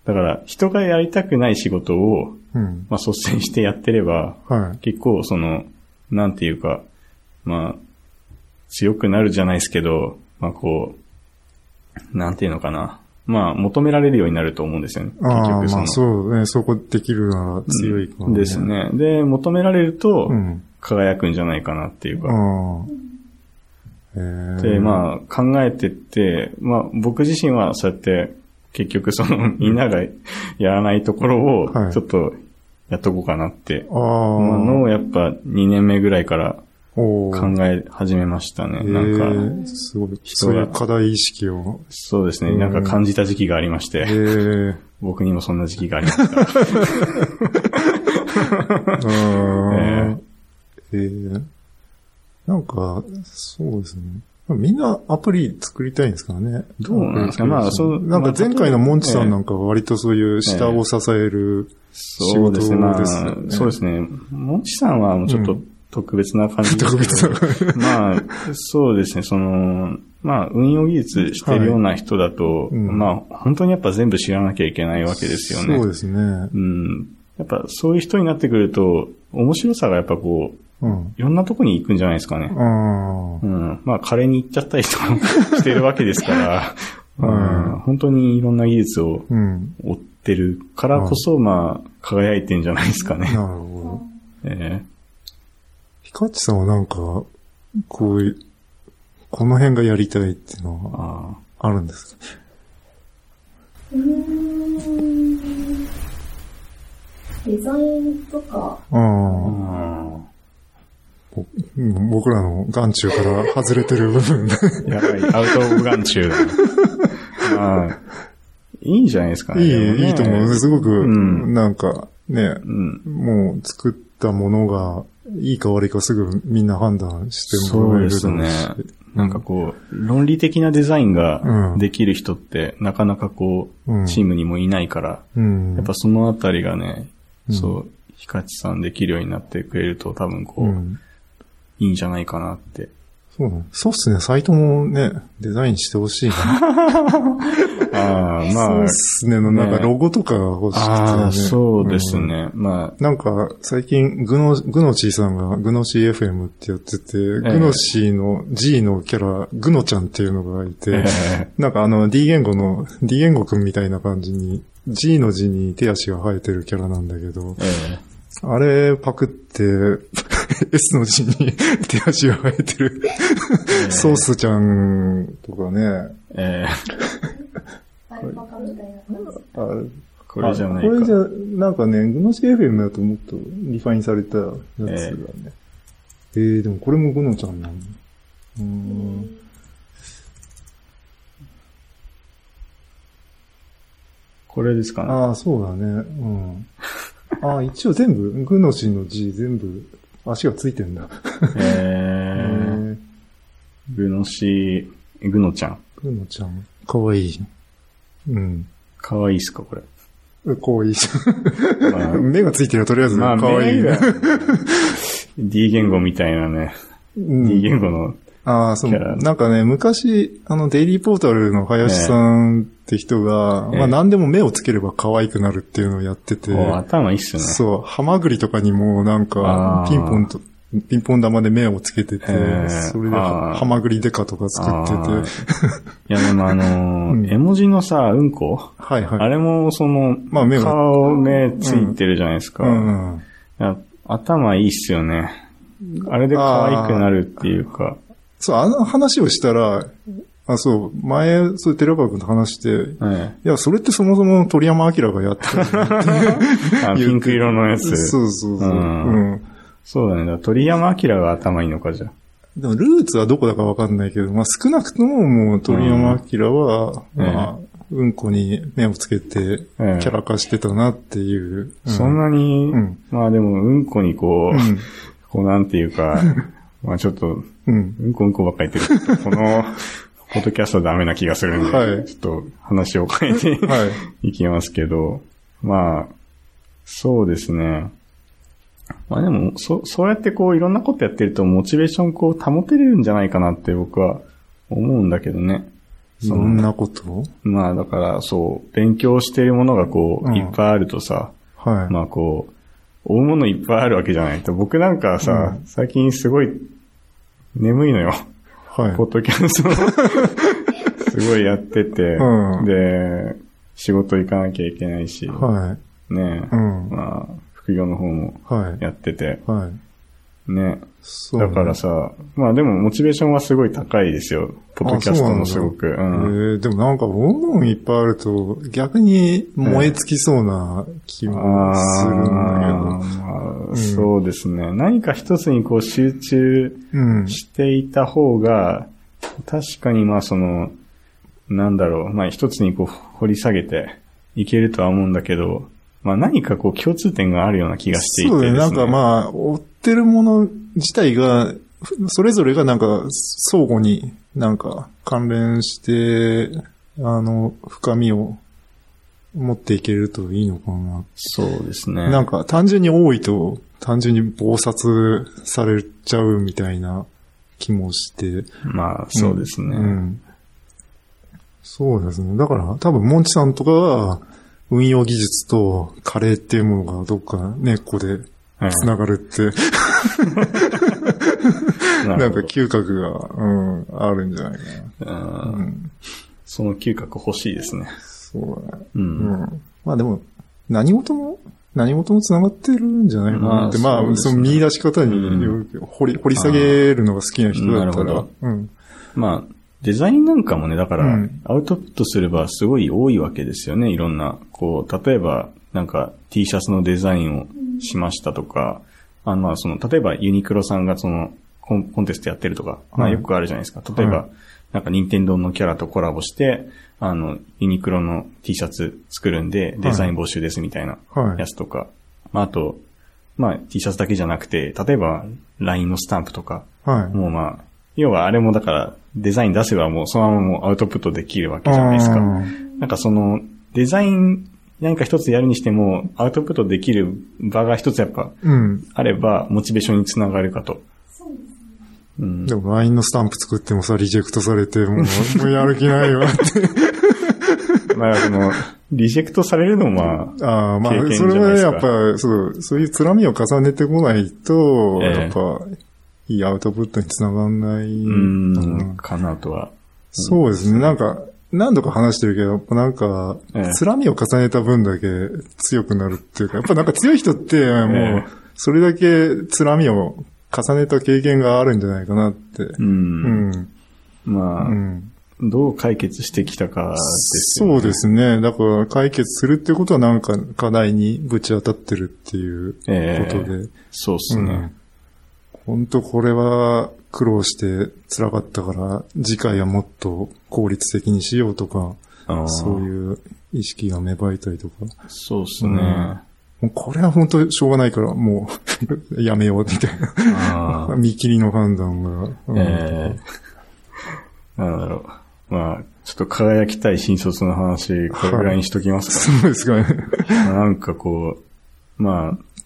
だから人がやりたくない仕事を、
うん。
まあ、率先してやってれば、
はい。
結構その、なんていうか、まあ、強くなるじゃないですけど、まあこう、なんていうのかな。まあ求められるようになると思うんですよね。結
ああ、
局そ
まあ
の。
そうね。そこできるなら強いかも、
です。ね。で、求められると
う、ん。
輝くんじゃないかなっていうか。
ああ。ええ
で、まあ、考えてって、まあ、僕自身はそうやって、結局その、みんながやらないところ
は
を、
い
ちょっと、やっとこうかなって、
ああ。
ものをやっぱ2年目ぐらいから
お
考え始めましたね。
え
なんか、
ー、すごい。
人
そ
が
ういう課題意識を。
そうですね、
うん
なんか感じた時期がありまし
え
て、
ー、
僕にもそんな時期がありました。
あーえー、なんか、そうですね。みんなアプリ作りたいんですからね。
どうなんですかまあそう
なんか前回のモンチさんなんかは割とそういう下を支える、
そうですね、
仕
ま
事
あ、
ですね
そうですね。もちさんはもうちょっ
う
と特別な感じですけど
特別な。
まあ、そうですね、その、まあ、運用技術してるような人だと、
いうん
まあ、本当にやっぱ全部知らなきゃいけないわけですよね。
そうですね。
うん。やっぱそういう人になってくると、面白さがやっぱこう、
うん。
いろんなとこに行くんじゃないですかね。
あ
う
あ。
ん。まあ、カレーに行っちゃったりとかもしてるわけです から、
うん
うん本当にいろんな技術を
うん。
追ってるからこそ、まあ、輝いてんじゃないですか
な
ね
る。ほど。
ええ
ヒカチさんはなんか、こういう、この辺がやりたいっていうのは
あ
あるんですか
うーん。デザインとか、
う
ああ、
ん。
うん僕らの眼中から外れてる 部分。
やばい、アウトオブガン中だ。まあ、いいじゃないですか
い
ね。でも
い、
ね
いいと思う。すごく、
ん
なんか、ね、
うん。
もう作ったものが、いいか悪いかすぐみんな判断してもらえるだろうし。
そうですねなんかこう、論理的なデザインができる人って、なかなかこ
うん
う、チームにもいないから、
うん。
やっぱそのあたりがね、
うん
そう、ヒカチさんできるようになってくれると多分こ
う
う、
ん。
いいんじゃないかな って。
そうなのそうっすね。サイトもね、デザインしてほしいな。
ああ、
そ う
ま
っ
あ、
すね。なんか
ね
ロゴとかが欲しくて、ね。
ああ、そうです
ん
ね。ま
なんか、最近、グノ、グノチーさんが、グノシー FM ってやってて、グノシーの G のキャラ、グノちゃんっていうのがい
あ、
て、なんかあの、D 言語の、D 言語くんみたいな感じに、G の字に手足が生えてるキャラなんだけど、
ええ
あれパクって、S の字に 手足が生えてる、ソースちゃんとかね、
ええ
アルパカみたいな感じ。
あれ
これじゃない
あこれじゃ
か。、
なんかね、グノシ FM だともっとリファインされたやつだね。えー、でもこれもグノちゃんなんだ。うーん。
これですかね。
ああ、そうだね。うん。ああ、一応全部、グノシの字全部、足がついてんだ。え
ええ
ー、
グノシー、グノちゃん。
グノちゃん、かわいい。うん。
かわいいっすか、これ。
かわいい。
まあ
目がついてるよ、とりあえず。
まあ、
かわいい
目が。
ね
D 言語みたいなね。
うん
D 言語の、
ああ、そう。
キャラ
なんかね、昔、あの、デイリーポータルの林さんって人が、
ええ
まあ何でも目をつければ可愛くなるっていうのをやってて、
お頭いいっすね。
そう、ハマグリとかにもなんか
あ、ー
ピンポンと、ピンポン玉で目をつけてて、
ええ
それで
あー
ハマグリデカとか作ってて、
て。いや、でもあのー
うん
絵文字のさ、うんこ
はいはい。
あれも、その、
まあ目が
顔、目ついてるじゃないですか。
うんうん。
いや頭いいっすよね。あれで可愛くなるっていうか。
そう、あの話をしたら、あ、そう、前、そう、寺川君と話して、
え
いや、それってそもそも鳥山明がやってた。
えあ ピンク色のやつ。
そうそうそう。
うん
うん
そうだね。だから鳥山明が頭いいのかじゃ。
でも、ルーツはどこだかわかんないけど、まあ、少なくとももう鳥山明は、
うん
まあ、うんこに目をつけて、キ
ええ
ャラ化してたなっていう。う
そんなに、
うん
まあでも、うんこにこう、
うん
こうなんていう か、まあちょっと、
うん。
うんこうんこばっかり言ってる。この、ポッドキャストはダメな気がするんで、
はい
ちょっと話を変えて、
はい。
いきますけど、まあ、そうですね。まあでも、そ、そうやってこういろんなことやってるとモチベーションこう保てれるんじゃないかなって僕は思うんだけどね。
い
そ
ろ
の
んなこと
まあだからそう、勉強してるものがこ
う
うんいっぱいあるとさ、
はい。
まあこう、追うものいっぱいあるわけじゃないと。僕なんかさ、最近すごい眠いのよ。
はい
ポ。ッドキャス トをすごいやってて、
うん
で、仕事行かなきゃいけないし、
はい。
ね、
うん。は
まあ、副業の方も
い。
やってて、
はい。
ね。
そうね
だから、さ、まあでもモチベーションはすごい高いですよ。ポッドキャストもすごく。
え
うん
ーでもなんか、ボンボンいっぱいあると、逆に燃え尽きそうな気もするんだ
あーま
うん
あそうですね。何か一つにこう集中
けど。うん。
していた方が、確かにまあその、なんだろう、まあ一つにこう掘り下げていけるとは思うんだけど、まあ何かこう共通点があるような気がしていて
そう
です
だ
ね。
ね。なんかまあ、追ってるもの自体が、ふそれぞれがなんか、相互になんか関連して、あの、深みを持っていけるといいのかな。
そうですね。
なんか、単純に多いと、単純に暴殺されちゃうみたいな気もして。
まあそうですね。
うん。そうですね。だから、多分、モンチさんとかは、運用技術とカレーっていうものがどっか根っこで
はい
繋がるって、
なるほど
なんか嗅覚が、うん、あるんじゃないか
うん
な。うん。
その嗅覚欲しいですね。
そうだね。
う。
うんん。まあでも、何事も、何事も繋がってるんじゃないかなって、
ま
ま
あ
あ、
そうです
そ
ね
の見出し方によるけど、掘り、掘り下げるのが好きな人だった
あーなる
ら
ほど、
うん。
まあ、デザインなんかもね、だか
う
ら
ん、
アウトプットすればすごい多いわけですよね、いろんな。こう、例えば、なんか T シャツのデザインをしましたとか、あの、まあその、例えばユニクロさんがその、コンコンテストやってるとか、まあ
はい
よくあるじゃないですか。例えば、
はい
なんか任天堂のキャラとコラボして、あの、ユニクロの T シャツ作るんで、デザイン募集ですみたいな
はい
やつとか、まああと、まあ T シャツだけじゃなくて、例えば LINE のスタンプとか、
はい。
もうまあ、要はあれもだからデザイン出せばもうそのままもうアウトプットできるわけじゃないですか。
うん
なんかそのデザイン何か一つやるにしてもアウトプットできる場が一つやっぱ
うん。
あればモチベーションにつながるかと。
そうですね。
うん
で、も LINE のスタンプ作ってもさ、リジェクトされて、もう、もうやる気 ないわって。
まあそ の、リジェクトされるのは、
ああ、まあ
経験、じ
そ
ゃ
れ
ない
は
で
ね
す
や
か
っぱ、そう、そういう辛みを重ねてこないと、
ええ
やっぱ、いいアウトプットにつながんない。
うん、かなとは。
そうですね。なんか、何度か話してるけど、やっぱなんか
ええ、
辛みを重ねた分だけ強くなるっていうか、やっぱなんか強い人って、もう
え、
それだけ辛みを重ねた経験があるんじゃないかなって。
う。
うんん。う
まあ、
ん。
どう解決してきたかですよね。
そうですね。だから解決するってことはなんか課題にぶち当たってるっていうことで。
ええそうです
う
ね
ん。。本当これは苦労して辛かったから、次回はもっと効率的にしようとか、
あー
そういう意識が芽生えたりとか。
そうです
うん
ね。
もうこれは本当しょうがないから、もう やめようみたい
あー
な。見切りの判断が。うん
ええなんだろう。まあ、ちょっと輝きたい新卒の話、これぐらいにしときます
そうですかね。
か、まあなんかこう、まあ、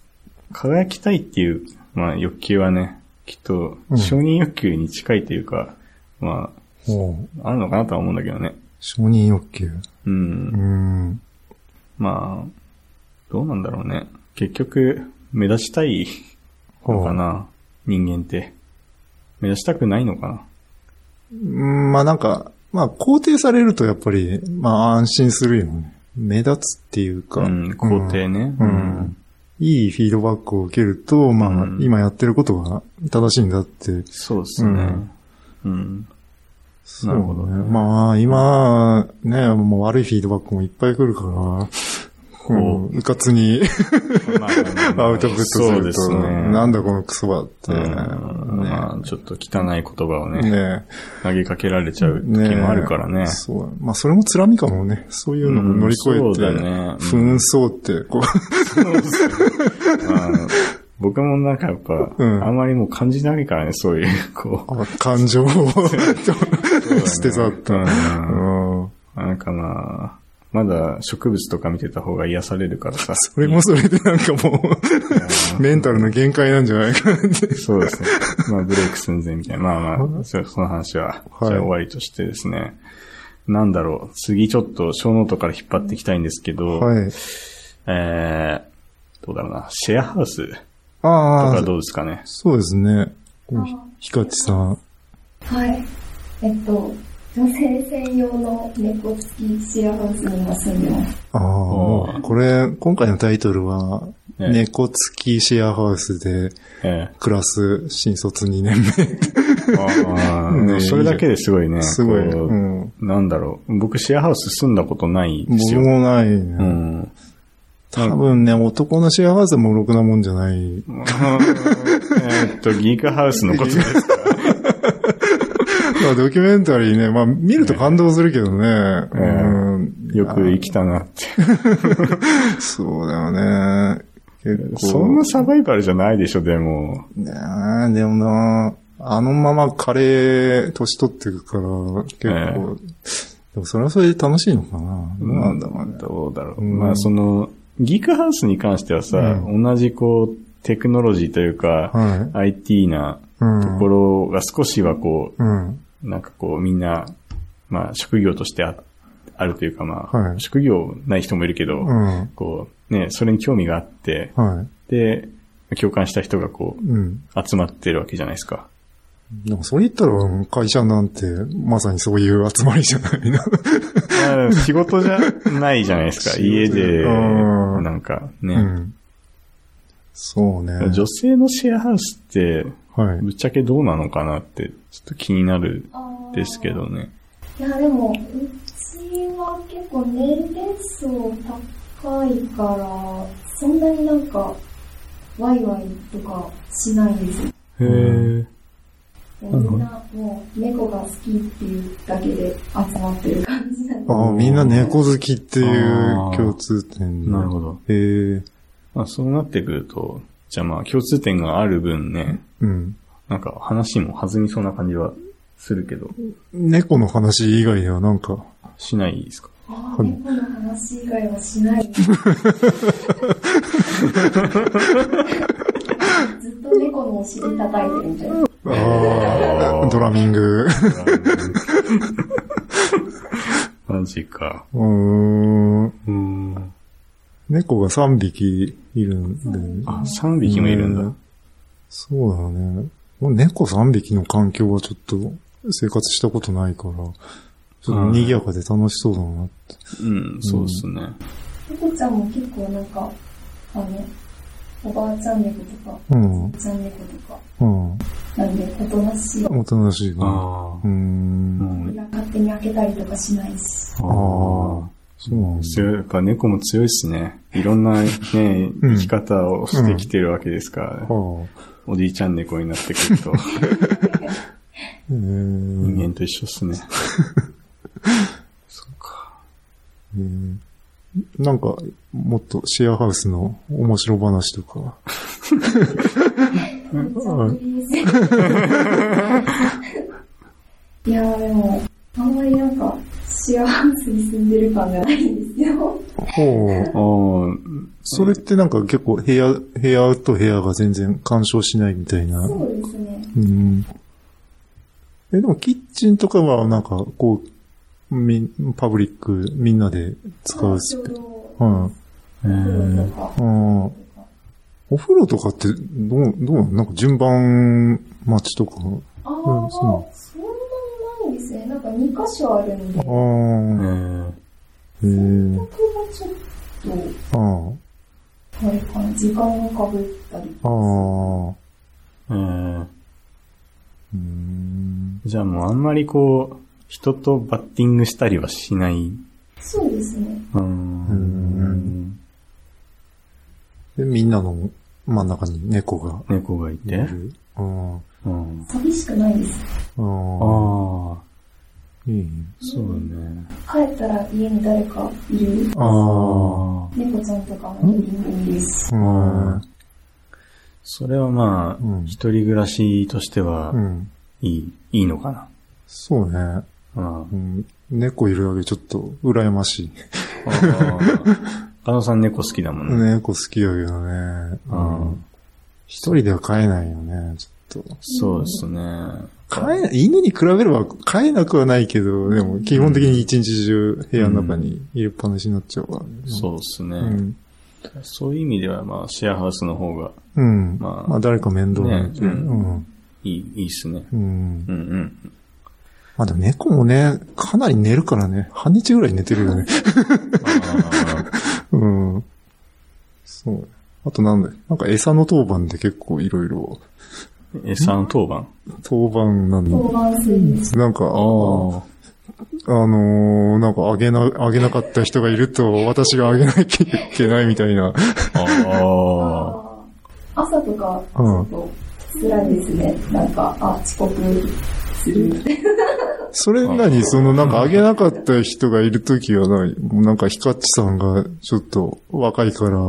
輝きたいっていう、まあ欲求はね、きっと
う、ん
承認欲求に近いというか、ま
もう、
あ、あるのかなとは思うんだけどね。
承認欲求。
う。
うんん。
まあ、どうなんだろうね。結局、目立ちたいのかな、人間って。目立ちたくないのかな。
うんまあなんか、まあ肯定されるとやっぱり、まあ安心するよね。目立つっていうか。
うん、肯定ね。
うん。いいフィードバックを受けると、まあ、
うん
今やってることが正しいんだって。
そうですね。うん。なるほどね
そうまあ、今、ね、もう悪いフィードバックもいっぱい来るから、うん、うかつに アウトプットす
そうで
る
す
と、
ね。
なんだこのクソはって、
うん
ね
まあ、ちょっと汚い言葉をね、
ね
投げかけられちゃう時もあるからね。
そう。まあ、それも辛みかもね。そういうのも乗り越えて、
うんそうだね
紛争って、こう、
うん僕もなんかやっぱ、
うん
あんまりもう感じないからね、そういう、こう。
あ 感情を 捨て去
う
った。
ん
うん
なんかまあ、まだ植物とか見てた方が癒される からさ。
それもそれでなんかもう、 メンタルの限界なんじゃないかなって。
そうです ね。まあ、ブレイク寸前みたいな。まあまあ、そその話は、
はい
じゃあ終わりとしてですね。なんだろう。次ちょっと小ノートから引っ張っていきたいんですけど、
はい。
えー、どうだろうな。シェアハウスと
あ
か
あ、
どうですかね。
そうですね。ひ
あ
ひかちさん。
はい。えっと、女性専用の猫付きシェアハウスに今住んでます。
ああ、もうこれ、今回のタイトルは、
ええ
猫付きシェアハウスで
え
暮らす新卒2年
えあー
ねえ
それだけですごいね。
目。すごい。
こう
うん。
なんだろう。僕、シェアハウス住んだことないです
僕
よ。
もないね、
うん。
多分ね、男のシェアハウスもろくなもんじゃない。
えーっと、 ギークハウスのことですか。
まあ、ドキュメンタリーね、まあ、見ると感動するけどね。
え
うん、
よく生きたなって。
そうだよね。結構。
そんなサバイバルじゃないでしょ、でも。
ねえ、でもな、あのままカレー年取っていくから、結構、でもそれはそれで楽しいのかな。なんだろうね。
どうだろう。
うん
まあその、ギークハウスに関してはさ、
う
同じこう、テクノロジーというか、
は
IT な
うん
ところが少しはこ
い。うん。
う、なんかこうみんな、まあ職業としてああるというかまあ、
はい
職業ない人もいるけど、
うん。
こう、ね、それに興味があって、
は
で、共感した人がこ
い。うん。
う、集まってるわけじゃないです か。
でもそれ言ったら、会社なんて、まさにそういう集まりじゃないな。
まあでも仕事じゃないじゃないですか。
仕事
家で、
うん
なんかね。
うん。そうね。
女性のシェアハウスって、
はい。
ぶっちゃけどうなのかなって、ちょっと気になる
あー
ですけどね。
いや、でも、うちは結構年齢層若いから、そんなになんか、ワイワイとかしないです。
へー。
もうみんな、もう、猫が好きっていうだけで集まってる感 じなんで。
ああ、みんな猫好きっていう
あー
共通点。
なるほど。
へえ。
まあそうなってくると、じゃあまあ共通点がある分ね、
うん。
なんか話も弾みそうな感じはするけど、
猫の話以外ではなんか、
しないですか
ああ、猫の話以外は しない。ずっと猫のお尻叩いてるみたいな。
あ
あ
あ、
ー
ドラミング。
マジか。
うーん。
うーん。
猫が3匹いるんだよね。
あ、3匹もいるん
う
だ。。
そうだね。もう猫3匹の環境はちょっと生活したことないから、ちょっと賑やかで楽しそうだなって。
うん、そうっすね。
猫ちゃんも結構なんか、あの、おばあちゃん猫とか、
うん
お。じちゃん猫とか、
うん。
なんで、おとなしい。
おとなしい
あ
な。うー。
あ。うんん。
勝手に開けたりとかしないし。
ああ。
あそうなんですよ。
強い、やっぱ猫も強いっすね。いろんなね、生き方をしてきてるわけですから、
ああ。
おじいちゃん猫になってくる と、
えー
人間と一緒っすね。そうか。
えーなんか、もっとシェアハウスの面白話とか。
めっちゃ不倫してるいやーでも、あんまりなんか、シェアハウスに住んでる感がないんですよ。
ほう。
ああ、
それってなんか結構部屋、部屋と部屋が全然干渉しないみたいな。
そうですね。
うん。え、でもキッチンとかはなんかこう、みん、パブリックみんなで使うスペ
ち
ース。
ょう
うん。
え
ど
ー、
とか
うん。お風呂とかって、どう、どうなのなんか順番待ちとか。
ああ、
うんそ
そんなにないんですね。なんか2箇所あるんで、
あ
僕は
え
あ、
ー、
へえ、
ちょっと、
ああ、
あれかな、時間をかぶったり。
ああ、
えー、
うん、
じゃあもうあんまりこう、人とバッティングしたりはしない。
そうですね。
うー
ん
ん。
で、みんなの真ん中に猫が
猫がい
い
て。
る。うん、あ
うん。あ
寂しくないです。
あ
あ、
ー、
いいね。
そうだね。
帰ったら家に誰かいる。
ああ、
あ
猫ちゃんとかもいるんです。
うん、
それはまあ、
うん
一人暮らしとしては
うん、
いい、いいのかな。
そうね。
うん。あ
うん、猫いるだけでちょっと羨ま しい。
ー加野さん猫好きだもんね。
猫好きだけどね。
うん。
一人では飼えないよね、ちょっと。
そうですね。
飼え、犬に比べれば飼えなくはないけど、でも基本的に一日中部屋の中にいるっぱなしになっちゃうからね、
そうですね、
うん。
そういう意味ではまあ、シェアハウスの方が
うん。
ま
ま
あ
あ、誰か面倒な
ね
いとねうん。
いい、いいっすね。
うん
う。んうん。
まあでも猫もね、かなり寝るからね、半日ぐらい寝てるよね。
あー
うん。そう。あとなんだなんか餌の当番で結構いろいろ、
餌の当番。
当番なんだ
当。番するんです。
なんか、あのー、なんかあげな、あげなかった人がいると、私があげなきゃいけないみたいな。
ああ。
朝とか、ちょっと、辛いですね。なんか、あ、遅刻する。
それなに、そのなんかあげなかった人がいるときはない、もうなんかヒカッチさんがちょっと若いから、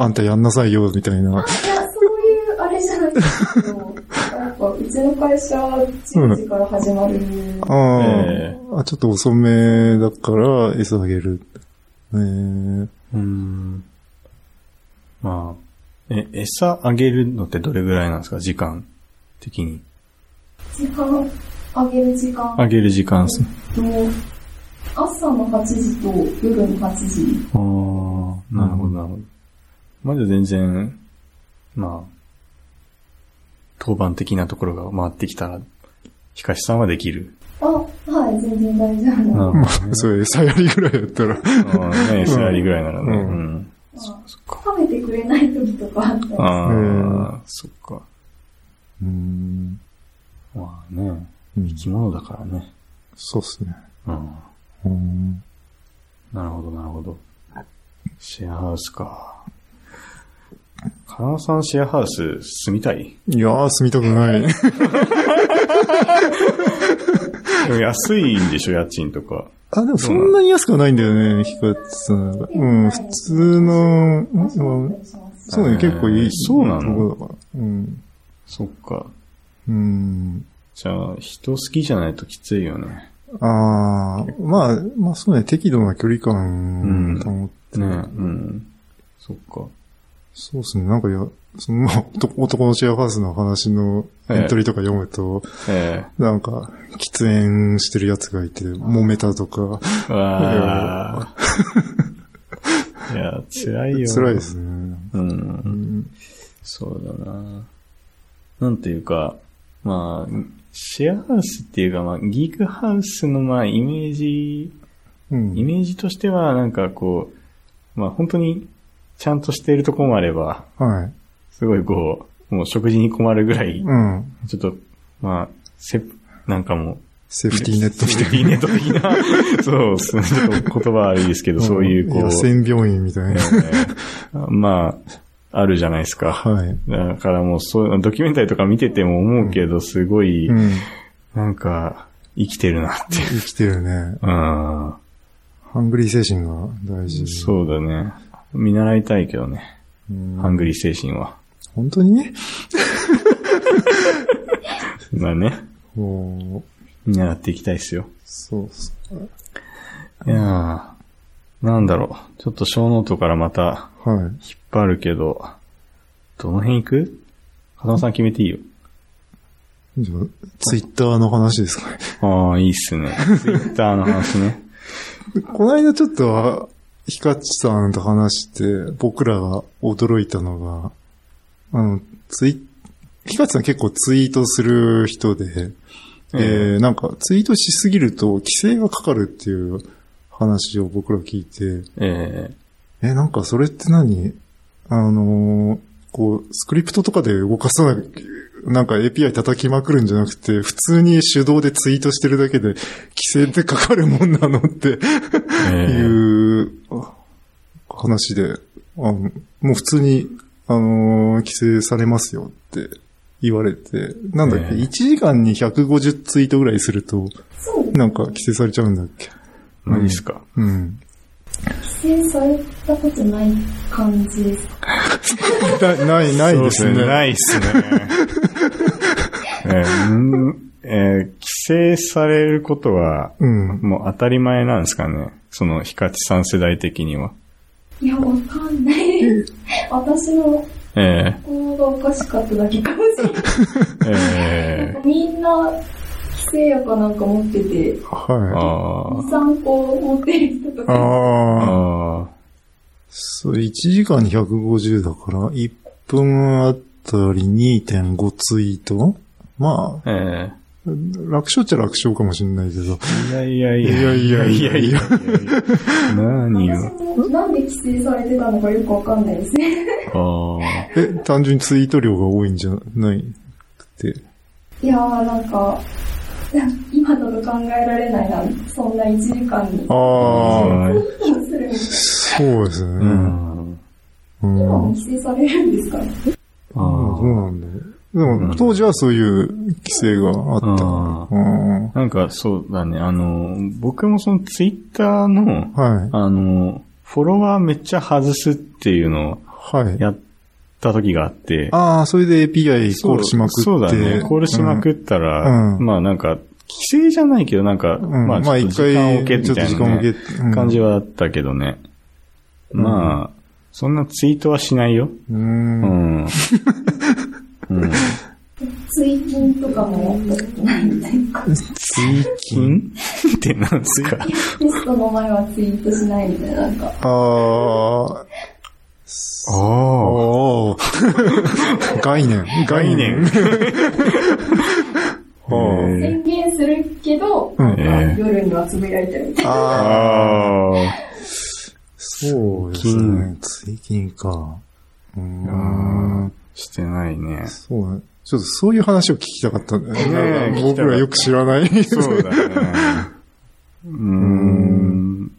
あんたやんなさいよ、みたいな。
いや、そういう、あれじゃないんですけど、なんか、うちの会社、10時から始まる。
ああ、
え
あ、ちょっと遅めだから餌あげる。えー、
うーん。まあ、え、餌あげるのってどれぐらいなんですか時間的に。
時間、あげる時間
あげる時間ですね。
と、朝の8時と夜の8時。
ああ、なるほど、なるほど。まだ全然、まあ、当番的なところが回ってきたら、ひかしさんはできる。
あ、はい、全然大丈
なる
夫。
ほど
ま
ね
あ、それ餌やりぐらいだったら。
あー ね。餌やりぐらいならね。
うん
うん。
ま
そっか
あ。食べてくれない時とかあったら
ああ、
うん
そっか。
うん、
まあね、
うん
生き物だからね。
そうっすね。
うん。
うん
なるほど、なるほど。シェアハウスか。カナさんシェアハウス住みたい
いやー、住みたくない。
でも安いんでしょ、家賃とか。
あ、でもそんなに安くはないんだよね、ヒカさん。うん、普通の、うんまあそうだね、結構いい。
そうなの
とこだから。うん。
そっか。
うん。
じゃあ、人好きじゃないときついよね。
ああ、まあ、まあそうね、適度な距離
うん
感保って、
ねうん。そっか。
そうですね、なんかや、その、男男のシェアハウスの話のエントリーとか読むと、
え
なんか、喫煙してるやつがいて、揉めたとか、
え わあ。いや、辛いよ。
辛いで。すね。
うん
う。ん、
そうだななんていうか、まあ、シェアハウスっていうか、まあ、ギークハウスの、まあ、イメージ、
うん
イメージとしては、なんかこう、まあ、本当に、ちゃんとしているとこもあれば、
はい。
すごいこう、もう食事に困るぐらい、
うん。
ちょっと、まあ、せ、なんかもう、
セーフティーネットみた
セー
い
フティーネット的な、そうですね、ちょっと言葉悪いですけど、
な。
そういう、こう
野、戦病院みたい
え
な。
ーまあ、あるじゃないですか。
はい。
だからもうそう、ドキュメンタリーとか見てても思うけど、すごい、
うん。
なんか、生きてるなって。
生きてるね。
うん。
ハングリー精神が大事。
そうだね。見習いたいけどね。
うん
ハングリー精神は。
本当に
まあね。
もう、
見習っていきたいっすよ。
そうっす
いやーなんだろう。ちょっと小ノートからまた
は
引っ張るけど、どの辺行く風間さん決めていいよ。
い。じゃあツイッターの話ですかね。
ああ、いいっすね。 ツイッターの話 ね。
この間ちょっと、ヒカチさんと話して、僕らが驚いたのが、あの、ツイヒカチさん結構ツイートする人で、え
え
なんかツイートしすぎると規制がかかるっていう話を僕ら聞いて、
え
え、なんかそれって何あのーこう、スクリプトとかで動かさななんか API 叩きまくるんじゃなくて、普通に手動でツイートしてるだけで規制ってかかるもんなのって
ええ
いうあ話で、あのもう普通に、あのー規制されますよって言われて、なんだっけ、
ええ
1時間に150ツイートぐらいすると、
そう、
なんか規制されちゃうんだっけ。
マジっすか。
うん。
規制されたことない感じですか
なない、ないです
そう
ね。
っないっすね。 えーうんえー規制されることは、
うん。
もう当たり前なんですかね。その、ヒカチさん世代的には。
いや、わかんないです。私の
え
行動がおかしかっただけかもしれない。
えええ
みんな、規制やかなんか持ってて、
は
あ
2、3個持ってる人と
い。
か、
あ。
ああ。
ああ。
そう、1時間に150だから、1分あたり2.5ツイートまあ、
え
楽勝っちゃ楽勝かもしれないけど。
えいやいやいや
いやいやいやいや。
何を。
私もなんで規制されてたのかよくわかんないですね。
ああ。
え、単純にツイート量が多いんじゃないって。
いやー、なんか、今だと考えられないな、そんな1時間に。
ああ、
はい
するみたいな
そうです
う
ね。
ん。
うん。
今も
うん
規制されるんですかね。
ああ
そうなんだよ。でも、当時はそういう規制があっ
あ
た。うん。は
なんかそうだね、あの、僕もそのツイッターの、
い。
あの、フォロワーめっちゃ外すっていうのを
はい。
やった時があって、
ああ、それで API
そう
コールしまくって。
そうだね、コールしまく
っ
ったら、
うん
まあなんか、規制じゃないけど、なんか、
うん。
まあ
まあ
ちょっと
一
時
回、
間を置けみ
ちょっと
たい
時
な、
間を
ね
受け、うん
感じ。はあったけどね。
ん
まあ、そんなツイートはしないよ。
う。
うんん。うん、
追勤とかもやったことないみたいな。
追 勤ってなんすか
テストの前はツイートしないみたいな、なんか。
あ
ああ、
あ。
おー 概念。概
概
念
念。。
ー
えー
宣言するけど、
うん
え
なん
ー
か夜にはつぶやいてるみたいな。
ああ。
ああ。
そうですね。追勤か。うーん。
してないね。
そうね。ちょっとそういう話を聞きたかったんだよね。
ねえ
僕らよく知らない。
そうだね。うーん。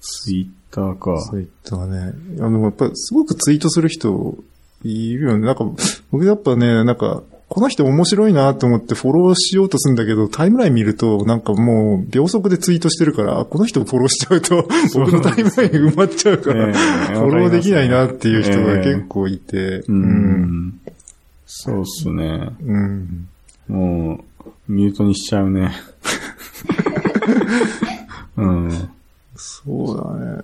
ツイッターか。
ツイッターね。あの、やっぱりすごくツイートする人いるよね。なんか、僕やっぱね、なんか、この人面白いなと思ってフォローしようとするんだけど、タイムライン見ると、なんかもう秒速でツイートしてるから、この人フォローしちゃうと、
そう
僕のタイムライン埋まっちゃうから、
ええ
フォローできないなっていう人が結構いて、
う
うん。
ん。そうっすね。
うん。
もう、ミュートにしちゃうね。 うん。
そうだね。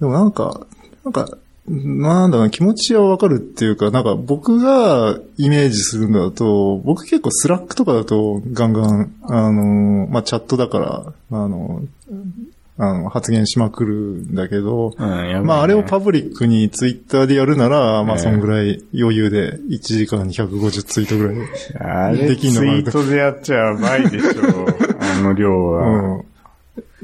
でもなんか、なんか、なんだろうな、気持ちはわかるっていうか、なんか僕がイメージするんだと、僕結構スラックとかだとガンガン、あの、まあ、チャットだから、あの、あの、発言しまくるんだけど、
うん、やばいね
まあ、あれをパブリックにツイッターでやるなら、まあ、
ええ
そんぐらい余裕で1時間に150ツイートぐらい。
あれツ
でき
イ
んのかな
ートでやっちゃやばいでしょ。あの量は。
うん。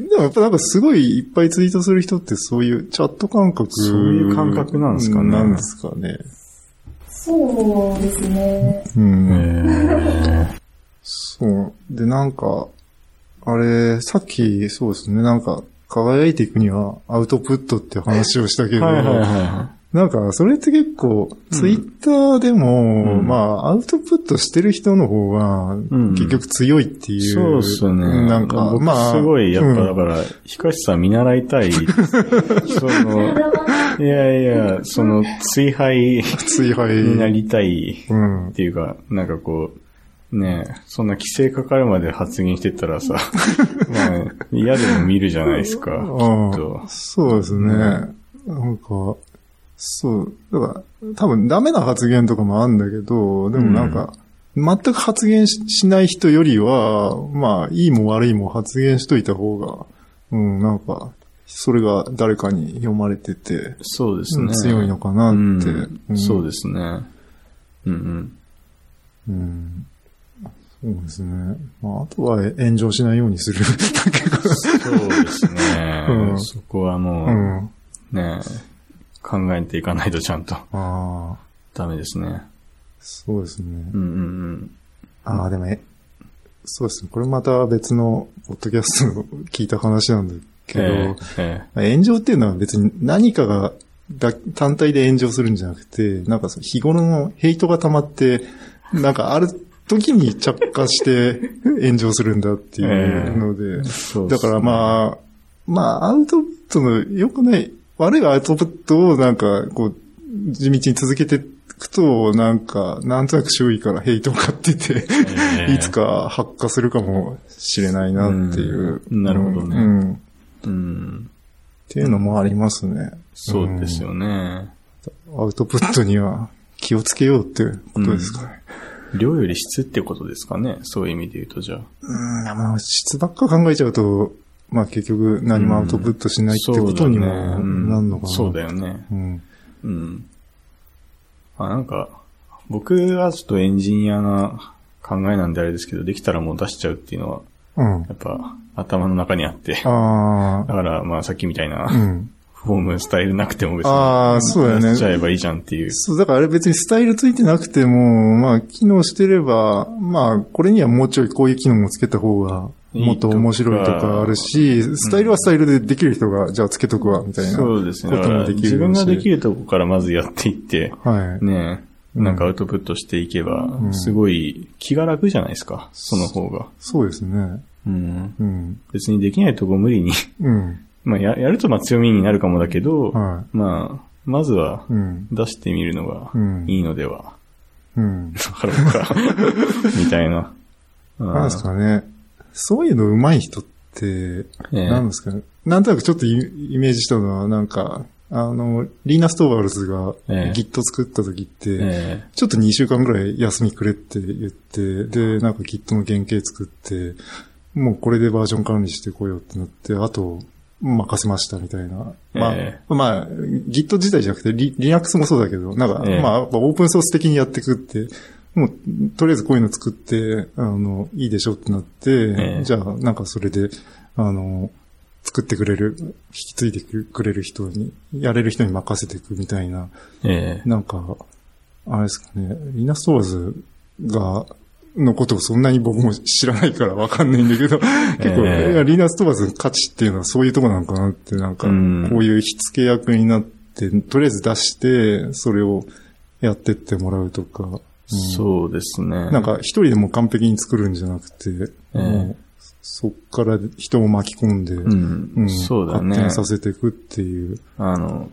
でもやっぱなんかすごいいっぱいツイートする人ってそういうチャット感覚。
そういう感覚なんですかね
なんですかね。
そうですね。
うん。
え
そう。で、なんか、あれ、さっき、そうですね、なんか、輝いていくにはアウトプットって話をしたけ
え
ど、
はいはいは
なんか、それって結構、ツイッターでも、
うん
まあ、アウトプットしてる人の方が、
ん
結局強いって
い。
いう。
そうっすね。
なんか、
僕
まあ。
すごい、やっぱだ
うん
から、ヒカシさん見習いたい。その、いやいや、その、追敗
追敗
になりたい。
うん
っ。ていうか、なんかこう、ねえ、そんな規制かかるまで発言してたら さ、まあ、嫌でも見るじゃないですか、きっと
ああ、。そうですね。なんか、そう、だから、多分ダメな発言とかもあるんだけど、でもなんか、全く発言ししない人よりは、まあ、いいも悪いも発言しといた方が、うん、なんか、それが誰かに読まれてて、
そうです
うん
ね。
強いのかな
うん
って。うん
そうですね。うんうん。
うんそうですね。まあ、あとは炎上しないようにするだけか
そうですね。
うん
そこはも
な。 う
う、ね
ん。
え、考えていかないとちゃんと
ああ、
ダメですね。
そうですね。
うんうん
ああ、でもえ、そうですね。これまた別の、ポッドキャストの聞いた話なんだけ
うん。
ど、
えええ
炎上っていうのは別に何かがだ単体で炎上するんじゃなくて、なんかその日頃のヘイトが溜まって、なんかある時に着火して 炎上するんだっていうので、
えそう
だから
あ、
まあ、まあ、アウトプットの良くない、悪いアウトプットをなんか、こう、地道に続けていくと、なんか、なんとなく周囲からヘイトを買ってて、
ええ
いつ。か発火するかもしれないなっていう。
うんなるほどね
うんうんっ
うん。
ていうのもありますね。
そうですよね。
アウトプットには気をつけようっていうことですかね。
量より質ってことですかね。そういう意味で言うと、じゃあ。
うん、まあ、質ばっか考えちゃうと、まあ結局何もアウトプットしないってことにもなるのかな。
そうだよね。
うん。
うん。あ、なんか、僕はちょっとエンジニアな考えなんであれですけど、できたらもう出しちゃうっていうのは、
うん。
やっぱ頭の中にあって。
あ
だから、まあさっきみたいな
あ、う、ん。
フォーム、スタイルなくても別に。
ああそうだよね
出しちゃえばいいじゃんっていう。
そう、だからあれ別にスタイルついてなくても、まあ、機能してれば、まあ、これにはもうちょいこういう機能もつけた方が、もっと面白いとかあるし、スタイルはスタイルでできる人が、じゃあつけとくわ、みたいな。
そうですね。
こ
だ
と
か
も
ら
できるし
自分ができるとこからまずやっていって、
はい。
ねえ、なんかアウトプットしていけば、すごい気が楽じゃないですか。その方が。
そうですね。
うん。
うん。
別にできないとこ無理に。
うん。
まあ、や、やるとまあ強みになるかもだけど、
は
まあ、まずは
うん。
出してみるのが
うん
いいのでは、
う
わ
ん。
かろう か、みたいな。
なんですかね。そういうの上手い人って、
ええ
なんですかね。なんとなくちょっとイイメージしたのは、なんか、あの、リーナ・ストーバルズが
ええ
Git 作った時って、
え
ちょっと2週間ぐらい休みくれって言って、で、なんか Git の原型作って、もうこれでバージョン管理してこようってなって、あと、任せましたみたいな。まあ、
え
まあ、Git 自体じゃなくて、リ Linux もそうだけど、なんか、
ええ
まあ、やっぱオープンソース的にやってくって、もう、とりあえずこういうの作って、あの、いいでしょってなって、
え
じゃあ、なんかそれで、あの、作ってくれる、引き継いでくれる人に、やれる人に任せていくみたいな、
ええ
なんか、あれですかね、リナストーズが、のことをそんなに僕も知らないからわかんないんだけど、結 構、
ええ
いやリーナス飛ばずの価値っていうのはそういうとこなのかなって、なんか、
うん
こういう火付け役になって、とりあえず出して、それをやってってもらうとか、うん
そうですね。
なんか一人でも完璧に作るんじゃなくて、
え
もうそっから人を巻き込んで、
うん、
うん
そうだ
発
ね
展。させていくっていう。
あの、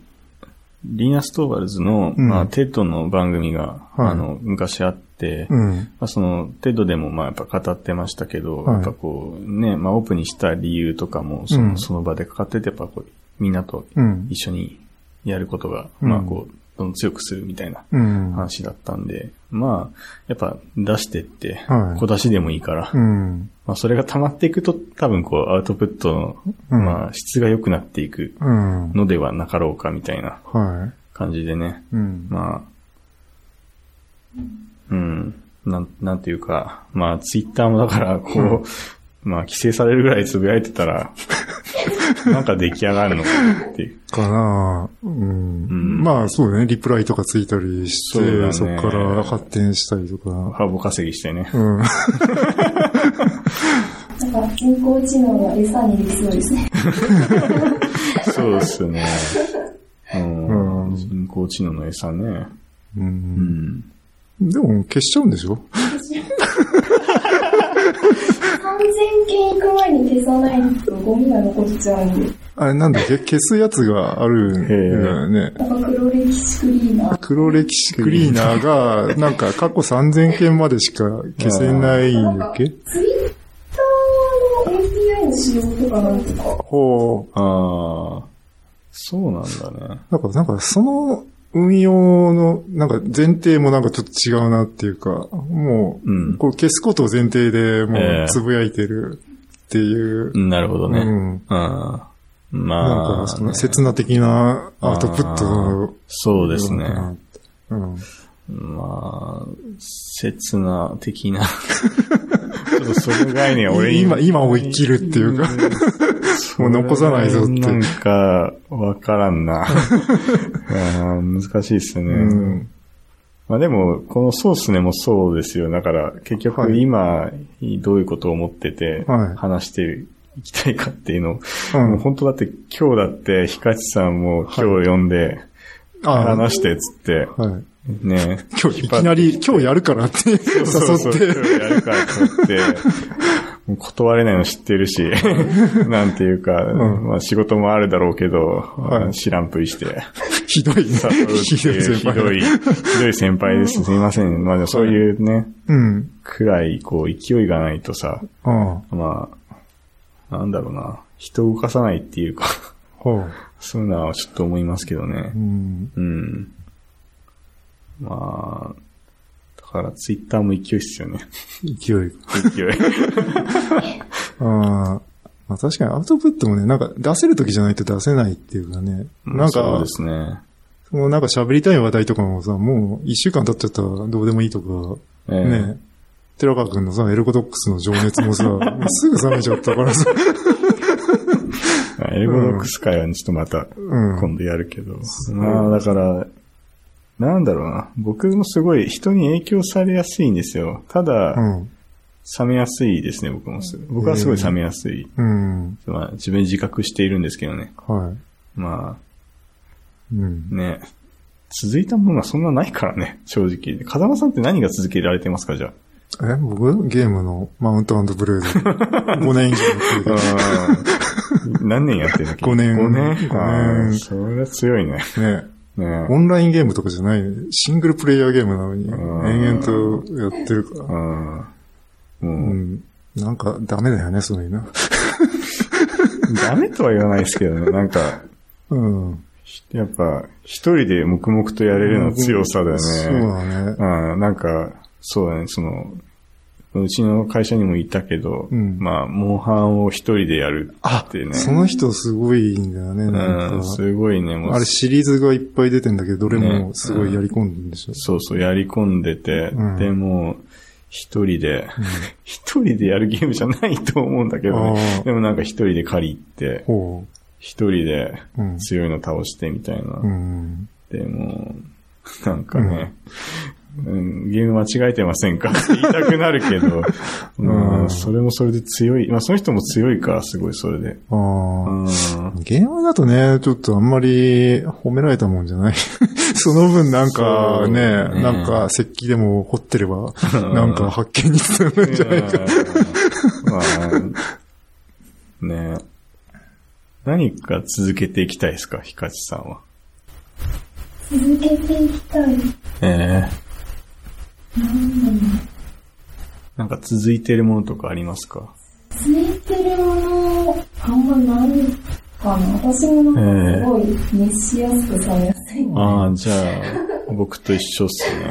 リーナ・ストーバルズの、
うん
まあ、テッドの番組が、
はい
あの、昔あって、ま
うん。
あ、その、テッドでも、まあ、やっぱ語ってましたけど、
はい
やっぱこう、ね、まあ、オープンにした理由とかも、その,、
うん
その場でかかってて、やっぱこう、みんなと
うん
一緒にやることが、
うん
まあ、こう、どんどん強くするみたいな
うん。
話だったんで、まあ、やっぱ出してって、
はい
小出しでもいいから、
うん。
まあ、それが溜まっていくと、多分こう、アウトプット
う
の、
ん
まあ、質が良くなっていく
うん。
のではなかろうか、みたいな
は
感じでね。
い。うん。
まあ、うん、なん、なんていうか、まあ、ツイッターもだから、こう、まあ、規制されるぐらいつぶやいてた ら、なんか出来上がるのかなっていう。
かなぁうん。
ん
まあそうだね、リプライとかついたりし
そうだ
て、
ね
そこ、から発展したりとか。
ハーボ稼ぎしてね。
うん。
なんか人工知能が餌にできそうですね。
そうですね。うん
うん
人工知能の餌ね。
う、
うんん。
でも消しちゃうんでしょ
3000件行く前に消さないとゴミが残っちゃうんで。
あれなんだっけ消すやつがあるんだよね。
なんか黒歴史クリーナー。
黒歴史クリーナーが、 なんか過去3000件までしか消せないんだっけ
ツイッターの API の使用とかなんとか。
ほう。
ああ、そうなんだね。
なんか、なんかその運用の、なんか前提もなんかちょっと違うなっていうか、も
う
う、
ん
こう消すことを前提でも
ええ
うつぶやいてるっていう。
なるほどね。
う
うんん。ま
な
あ
んか、その、
ね
刹那的なアウトプット
あ
の
そうですね。
うん。
まあ、刹那的な。 ちょっとその概念は俺に
今今を生きるっていうか
か
もう残さないぞって
なんか、わからん な。あー難しいですね。
うん。
まあでも、このソースねもそうですよ。だから、結
は
局
い
今、どういうことを思ってて
はい、
話していきたいかっていうのを、
うん
もう本当だって今日だって、ヒカチさんも今日呼んで、
あ
話してっつって、
はい。
ね。
今日いきなり、今日やるからって誘って、
そうそうそう今日やるからと 思って、もう断れないの知ってるし、 なんていうか、
ん
まあ仕事もあるだろうけど、
い
知らんぷりして。
ひどいね
誘う。
ひ
って
どい
いう
先
ひど
輩。
い、ひどい先輩です。すいません。まあでもそういうね、
うん。
くらい、こう、勢いがないとさ、
ああ。
まあ、なんだろうな、人を動かさないっていうか、
ほう。
そういうのはちょっと思いますけどね
う。ん。
うん。まあ、だからツイッターも勢いっすよね。
勢い。
勢い。
ああ。まあ確かにアウトプットもね、なんか出せる時じゃないと出せないっていうかね。 なん
そう
か
で、すね。
もうなんか喋りたい話題とかもさ、もう一週間経っちゃったらどうでもいいとか、
ええ
ね寺川くんのさ、エルゴドックスの情熱 もさ、もうすぐ冷めちゃったからさ、
まあエルゴドックス会はちょっとまた
うん
今度やるけど。まあだから、なんだろうな。僕もすごい人に影響されやすいんですよ。ただ、
うん。
冷めやすいですね、僕もす。僕はすごい冷めやすい。
うん。
まあ自分で自覚しているんですけどね。
は
ま
い。うん
あ。ね、続いたものはそんなないからね、正直。風間さんって何が続けられてますか、じゃあ。
え、僕ゲームのマウントブレード。5年 以上やってる
何年やってるんだっけ
五年
5年か。
五年
あーそれは強いね。
けどね。
ね
オンラインゲームとかじゃない、シングルプレイヤーゲームなのに、
ん
延々とやってるから。
うん。も
う
う、
ん。なんかダメだよね、そういうな。
ダメとは言わないですけどね。なんか、
うん。
やっぱ、一人で黙々とやれるのは強さだよね。
そうだね。
うん、なんか、そうだね、その、うちの会社にもいたけど、
うん
まあ、モンハンを一人でやるってね。
その人すごいんだよね、な
うんん、
か。
すごいね、もう
あれシリーズがいっぱい出てんだけど、どれもすごいやり込んでるんでしょ。
そうそう、やり込んでて、
うん
でも、一人で、 一人でやるゲームじゃないと思うんだけど、
あー
ね、でもなんか一人で借りって、
ほ
一人で
うん
強いの倒してみたいな。
う。うん。
でも、なんかね、うん、ゲーム間違えてませんか って言いたくなるけど、
うん
うん、それもそれで強い。まあ、その人も強いから、すごい、それで。う
あー
ん。
ゲームだとね、ちょっとあんまり褒められたもんじゃない。 その分なんか
そ
ね、
うね
なんか石器でも掘ってれば、なんか発見につな がるんじゃないか。
うんまあね何か続けていきたいですか、ヒカチさんは。
続けていきたい。
ええ
なんだろう。
なんか続いてるものとかありますか
続いてるもの、あんまないかな。私もなんかすごい熱しやすくされやすい。
ああ、じゃあ、僕と一緒っすね。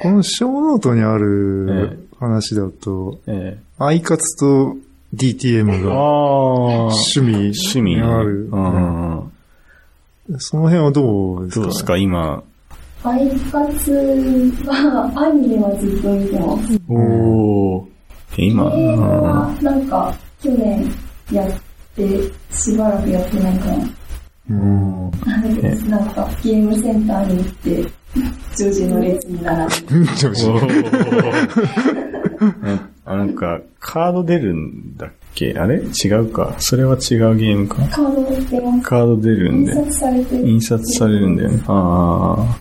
この小ノートにあ
え
る話だと、
え
アイカツと DTM
えあ
が
あ、
趣味
趣味
にある
う。ん。
その辺はどうです
どう
か
ですか、今。
アイカツは、アニメはずっと見てます。
おおー。え今、う
映画
ん
はなんか、去年やって、しばらくやってないか
うん
え
な。なんか、ゲームセンターに行って、ジョージの列に並んで。
女子
えあなんか、カード出るんだっけあれ違うか。それは違うゲームか。
カード売ってます。
カード出るん
印
で。
刷されてる。
印刷されるんだよね。ああ。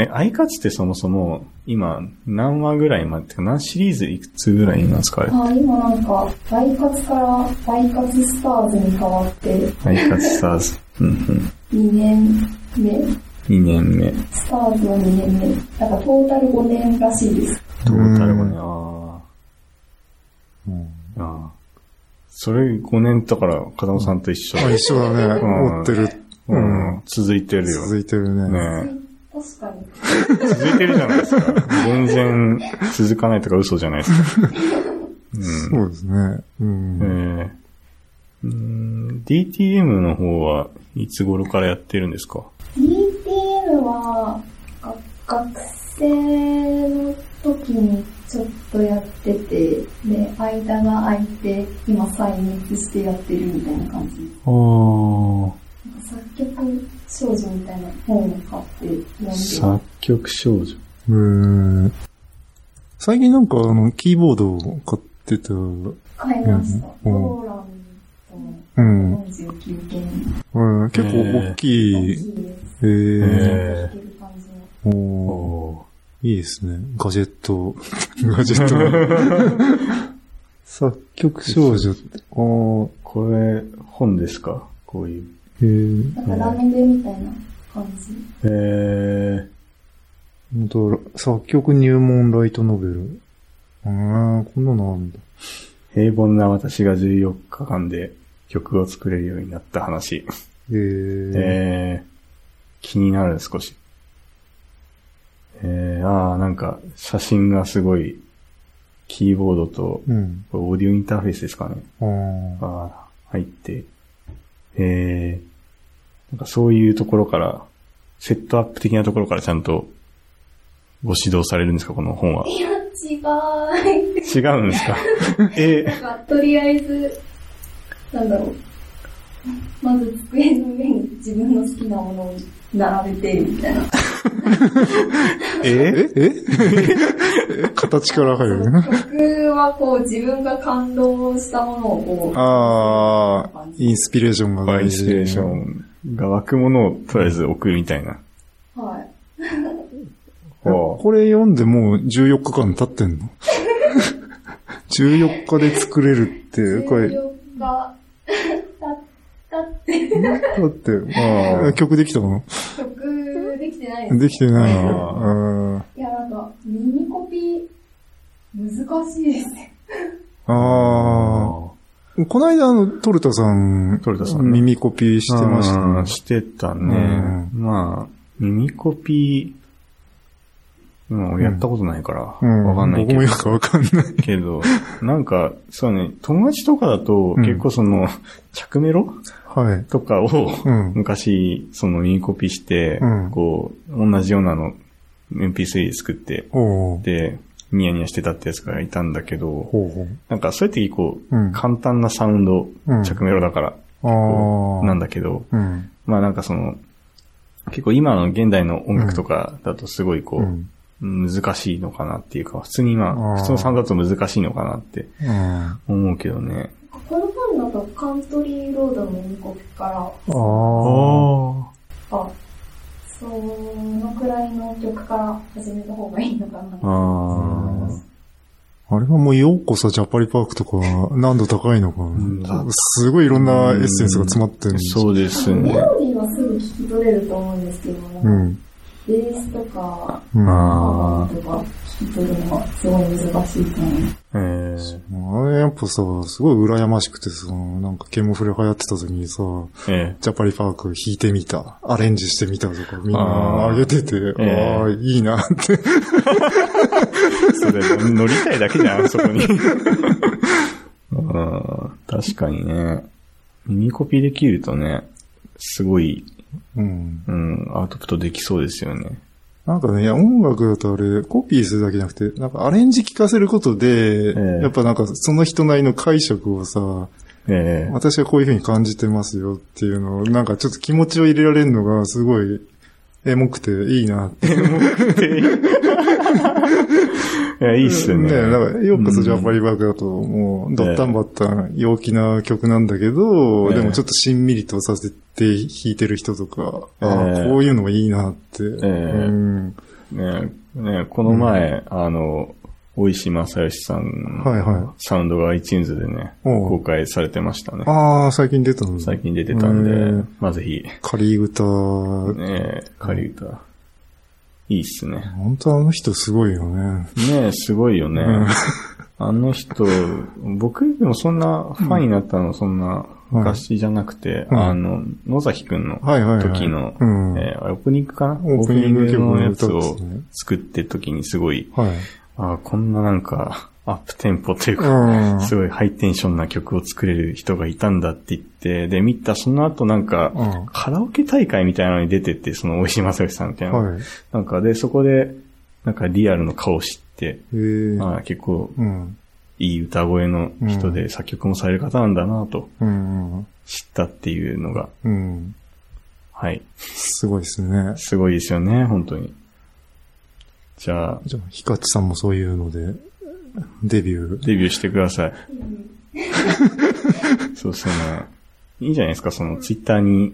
え、アイカツってそもそも、今、何話ぐらいまで、てか何シリーズいくつぐらいなんですかあれ
あ今なんか、アイカツからアイカツスターズに変わって、
アイカツスターズ。うんうん。
2年目
2年目。
スターズは2年目。だからトータル5年らしいです。
トータルもね
う、
あ
うん
あ。ああ。それ5年だから、風間さんと一緒
あ一緒だね。
うん
持ってる。
う
うん
ん。続いてるよ。
続いてるね。
ね
確かに。
え続いてるじゃないですか。全然続かないとか嘘じゃない ですか。うん。
そうですね。うん
えーうーん DTM の方はいつ頃からやってるんですか
DTM は、が学生の時にちょっとやってて、で、間が空いて、今再熱してやってるみたいな感じ。
ああ、
作曲少女みたいな本を買って読んでます。
作曲少女。
えー最近なんかあの、キーボードを買ってた。う
買いました。
うん
ローランドの
ん。
49件。
うん結構大き
大
い。
きいです。
え
えー
ー
弾ける感じ
お
の。
ー
お
いいですね。ガジェット。 ガジェット。作曲少女って。あー
これ、本ですかこういう。
えー、
なんかラーメンでみたいな感じ。
えー、
本当作曲入門ライトノベル。あー、こんなのあるんだ。
平凡な私が14日間で曲を作れるようになった話。
えー、
えー、気になる少し。えー、ああ、なんか写真がすごい、キーボードと、
うん。
これオーディオインターフェースですかね。
あー
が入って、えー、なんかそういうところから、セットアップ的なところからちゃんとご指導されるんですか、この本は。
いや、違い。
違うんですか え
なんか、とりあえず、なんだろう。まず机の上に自分の好きなものを並べて、みたいな。
え
ええ 形から入るね。
曲はこう、自分が感動したものをこう、
ああ、インスピレーションが
イ
大
ン
事。
スピレーションが湧くものをとりあえず送るみたいな。
はい。
ほう
これ読んでもう14日間経ってんの ?14 日で作れるって、これ、だ
重力が、た、たって
って、
ああ
曲できたの
曲できてないです。
できてないのあ
いや、なんか、耳コピー、難しいですね。
あああこの間、あの、トルタさん、
トルタさんね
耳コピーしてました
う
ね
ん。してたね。
うん
まあ、耳コピー、うん、俺やったことないから、
うん
わかんないけ
僕
ど
もよ。くわかんない。
けど、 なんか、そうね、友達とかだと、
うん
結構その、着メロ
はい。
とかを、
うん
昔、その、耳コピして、
うん
こう、同じようなの、MP3 作って、
おう
で、ニヤニヤしてたってやつがいたんだけど、
ほうほう。
なんか、そういう時、こう、
うん
簡単なサウンド、
うん
着メロだから、
ああ。
なんだけど、
うん。
まあなんかその、結構今の現代の音楽とかだとすごいこう、
うん
難しいのかなっていうか、普通に今、
あー
普通のさんだと難しいのかなって
あ
思うけどね。
この本だとカントリーロードの予告から、
あ。
あ、そのくらいの曲から始めた方がいいのかな
あ。ー。
あれはもう、ようこそジャパリパークとか、難度高いのか
ん。
すごいいろんなエッセンスが詰まってる。う。
そうです
メ
ね。
ロディーはすぐ聞き取れると思うんですけど、
う
ベ
ん。
ースとか、
うん
あ
ハーモニーとか聞き取るのはすごい難しいと思います。
えー、
あれやっぱさ、すごい羨ましくてさ、なんかケモフレ流行ってた時にさ、
え
ジャパリパーク弾いてみた、アレンジしてみたとか、みんな
あー
あげてて、
ええ
ああ、いいなって。
ー、それ乗りたいだけじ ゃん、そこに。うん確かにね。耳コピーできるとね、すごい、
うん。
うん、アウトプットできそうですよね。
なんかね、いや、音楽だとあれ、コピーするだけじゃなくて、なんかアレンジ聞かせることで、
ええ
やっぱなんかその人なりの解釈をさ、
ええ
私はこういう風に感じてますよっていうのを、なんかちょっと気持ちを入れられるのがすごい、エモくていいなって。
いや、いいっすよね。
だから、ようこそジャパリバークだと、もう、ドッタンバッタン、陽気な曲なんだけど、
ええ
でもちょっとしんみりとさせて弾いてる人とか、あ
ええ
こういうのもいいなっ
え
て。うん
ねねこの前、あの、大石正義さん
はい
の
は
サウンドが iTunes でね、
おう
公開されてましたね。
ああ、最近出たの
最近出てたんで、
えー
まあぜひ、
仮歌、
ね仮歌。いいっすね。
本当あの人すごいよね。
ねすごいよね。
ん
あの人、僕でもそんなファンになったの、そんな昔じゃなくて、
うん
あの、野崎くんの
はいはいはい。
時の、
うん。
えーオープニングかな
オープニング曲
オープニング
の
のや
歌
つ
で
を
すね。
作って時にすごい、
はい。
ああ、こんななんか、アップテンポというか、
うん。
すごいハイテンションな曲を作れる人がいたんだって言って、で、見たその後なんか、
うん
カラオケ大会みたいなのに出てて、その大石正義さんみたいな。
はい。
なんかで、そこで、なんかリアルの顔を知って、
ええ。
ああ結構
うん。
いい歌声の人で、
う
作曲もされる方なんだなと
うん。
知ったっていうのが、
うん。
はい。
すごいですね。
すごいですよね、本当に。じゃあ、
じゃあ、ヒカチさんもそういうので、デビュー。
デビューしてください。
うん
そうですね。いいんじゃないですか、そのツイッターに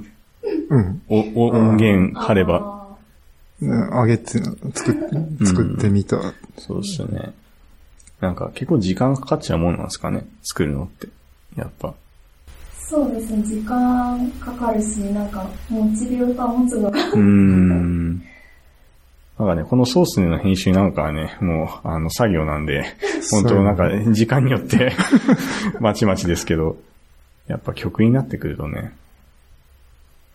うん。
お、お、音源貼れば。。
ねあげて、作っ、作ってみた。
そうですね。なんか結構時間かかっちゃうもんなんですかね、作るのって。やっぱ。
そうですね、時間かかるし、なんか、モチベを保 つのが、
うーん。なんかね、このソースの編集なんかはね、もう、あの、作業なん で、本当なんか、時間によって、まちまちですけど、やっぱ曲になってくるとね、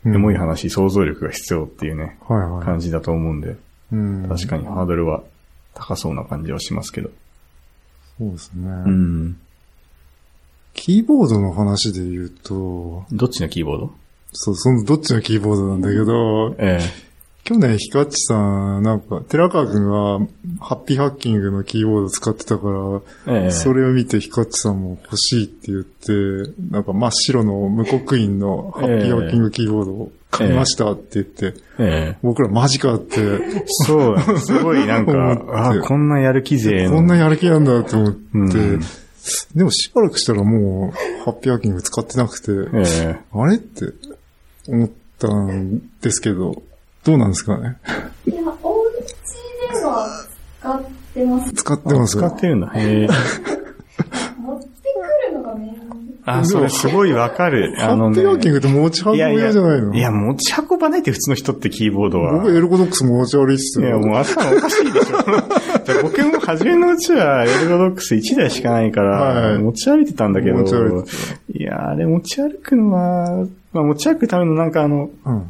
うん
エモい話、想像力が必要っていうね、
はいは
感じだと思うんで、
い。うん。
確かにハードルは高そうな感じはしますけど。
そうですね。
うん。
キーボードの話で言うと、
どっちのキーボード
そう、そのどっちのキーボードなんだけど、
え
去年ヒカチさん、なんか、寺川くんが、ハッピーハッキングのキーボード使ってたから、
えええ
それを見てヒカチさんも欲しいって言って、なんか真っ白の無刻印のハッピーハッキングキーボードを買いましたって言って、
ええ
僕らマジかって、
そうだね、すごい なん
思
か
っ、て
あこんなやる気勢の。
こんなやる気なんだと思って、
うん
でもしばらくしたらもうハッピーハッキング使ってなくて、
ええ
あれって思ったんですけど、どうなんですかね
いや、お家では使ってます。
使ってます
使ってるんだ。へえ。
持ってくるのがめんどい
あ、それすごいわか る。
ハ
あのね
ッピーハッキングって持ち運ぶ
いやい
用
や、
じゃないの
いや、持ち運ばないって普通の人ってキーボードは。
僕エルゴドックス持ち歩いて
い
た
や、
よ。
もう頭おかしいでしょ。 じゃあ僕も初めのうちはエルゴドックス1台しかないから、
はい
持ち歩いてたんだけど、
持ち歩いて
いや、あれ持ち歩くのは、まあ持ち歩くためのなんかあの、
うん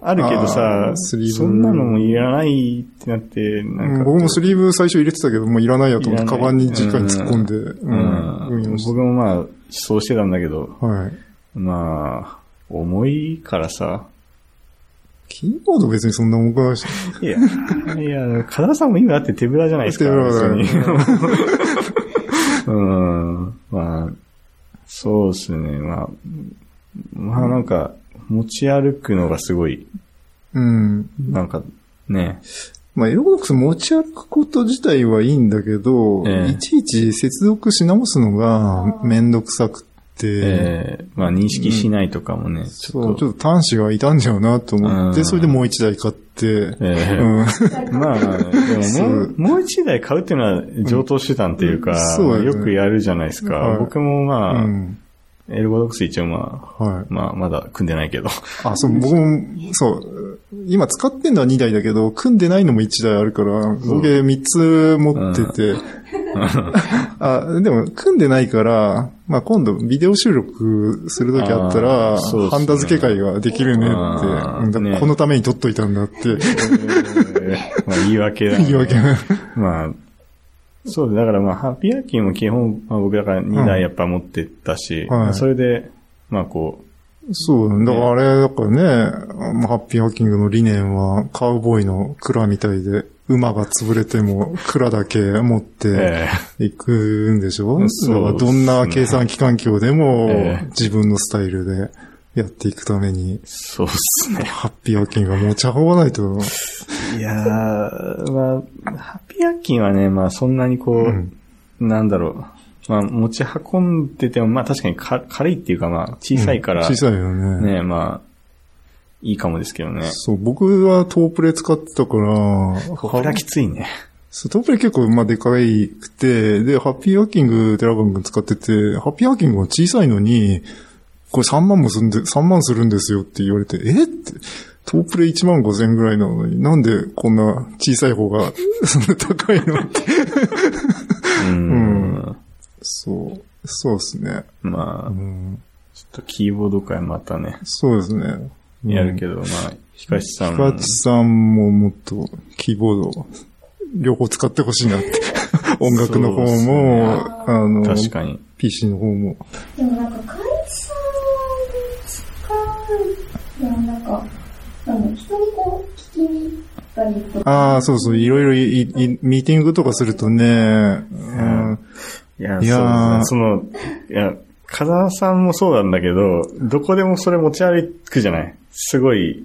あるけど
あ
さ
ー、スリーブ
そんなのもいらないってなって、なんか、
僕もスリーブ最初入れてたけど、もういらないやと思って、
いらな
カ
い
バンに直に突っ込んで、
う
うん、
ん、
運用して
僕もまあ、そうしてたんだけど、
はい。
まあ、重いからさ、
キーボード別にそんな重くないし。
い や、いや、カダさんも今だって手ぶらじゃないですか。
手ぶらだね
別にうん。まあ、そうですね。まあ、まあなんか、持ち歩くのがすごい
うん。
なんか、ね。
まあ、エロボックス持ち歩くこと自体はいいんだけど、
ええ
いちいち接続し直すのがめんどくさくて、
えー、まあ認識しないとかもね、ち
そ
ょ
う、
っ
ち
と。
ょっと端子がいたんじゃなと思っ
う
て、
ん
それでもう一台買って、
えー
うん。
まあ、 でももう、もう一台買うっていうのは上等手段というか、
うんそうで
よ
すね
くやるじゃないですか。
はい
僕もまあ、
うん。
エルゴドックス一応まあ、
はい。
まあ、まだ組んでないけど。
あ、そう、僕も、そう、今使ってんのは2台だけど、組んでないのも1台あるから、合計3つ持ってて、 あ、でも、組んでないから、まあ今度ビデオ収録するときあった
あ
ら、
ーそうですね
ハンダ付け会ができるねって、
あー
うんだから
ね
このために撮っといたんだって、
まあ、言い訳だ、ね。
言い訳ない。
まあ、そうだからまあ、ハッピーアーキーも基本、まあ、僕だから2台やっぱ持ってたし、
うんはい
それで、まあこ
そう、だからあれ、だからね、まあハッピーハッキングの理念は、カウボーイの蔵みたいで、馬が潰れても蔵だけ持っ
う、
て
え
いくんでしょ、
そう
だからどんな計算機環境でも
ええ
自分のスタイルでやっていくために
ー、そうっすね。
ハッピーハッキングは持ち運ばないと。
いやー、まあ、ハッピーアーキーはね、まあそんなにこう、
うん
なんだろう、まあ持ち運んでても、まあ確かにか軽いっていうかまあ小さいから、
小さいよね。
ね、まあ、いいかもですけどね。
そう、僕はトープレ使ってたから、
これはきついね。
そう、トープレ結構、まあ、でかいくて、で、ハッピーハッキング、テラガン君使ってて、ハッピーハッキングは小さいのに、これ3万もすんで、3万するんですよって言われて、えって、トープレ1万5千ぐらいなのに、なんでこんな小さい方が、そんな高いのって。
うん。
そう、そうですね。
まあ
う、ん、
ちょっとキーボード界またね、
そうですね。
やるけ
ど。
ど、まあ、ヒカチさん
ひかちさんももっと、キーボード、両方使ってほしい なって。音楽の方
そうっす
も、
ね
あの、
確かに。
PC の方も。
でもなんか会社で使うのはなんか、なんだ人にこう聞きに行ったりとか。
ああ、そうそう、いろいろいい、ミーティングとかするとね、うん、
いや、そう
いやー
ですね。その、いや、風間さんもそうなんだけど、どこでもそれ持ち歩くじゃないすごい、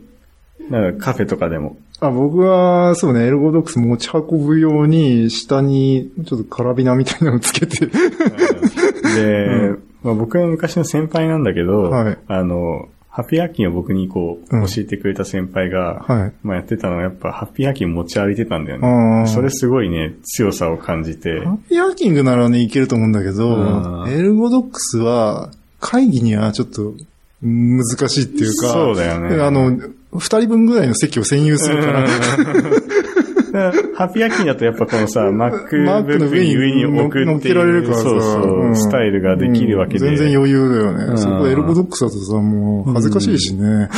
なんかカフェとかでも。
あ僕は、そうね、エルゴドックス持ち運ぶように、下に、ちょっとカラビナみたいなのつけて、
で、まあ、僕の昔の先輩なんだけど、
はい
あの、ハッピーアーキンを僕にこう、
うん
教えてくれた先輩が、
はい
まあ、やってたのはやっぱハッピーアーキン持ち歩いてたんだよ
あ
ね。
ー
それすごいね、強さを感じて。
ハッピーハッキングならね、いけると思うんだけ
う
ど
ん、
エルゴドックスは、会議にはちょっと、難しいっていうか、
そうだよね
あの、二人分ぐらいの席を占有するから、
だから ハッピーアーキーだとやっぱこのさ、MacBook
マックの上に
上に置く
乗
っ
って
いう。
けられるからさ、
そうそう、
うん
スタイルができるわけで。
うん全然余裕だよね。
うん
そこエルボドックスだとさ、もう恥ずかしいしね。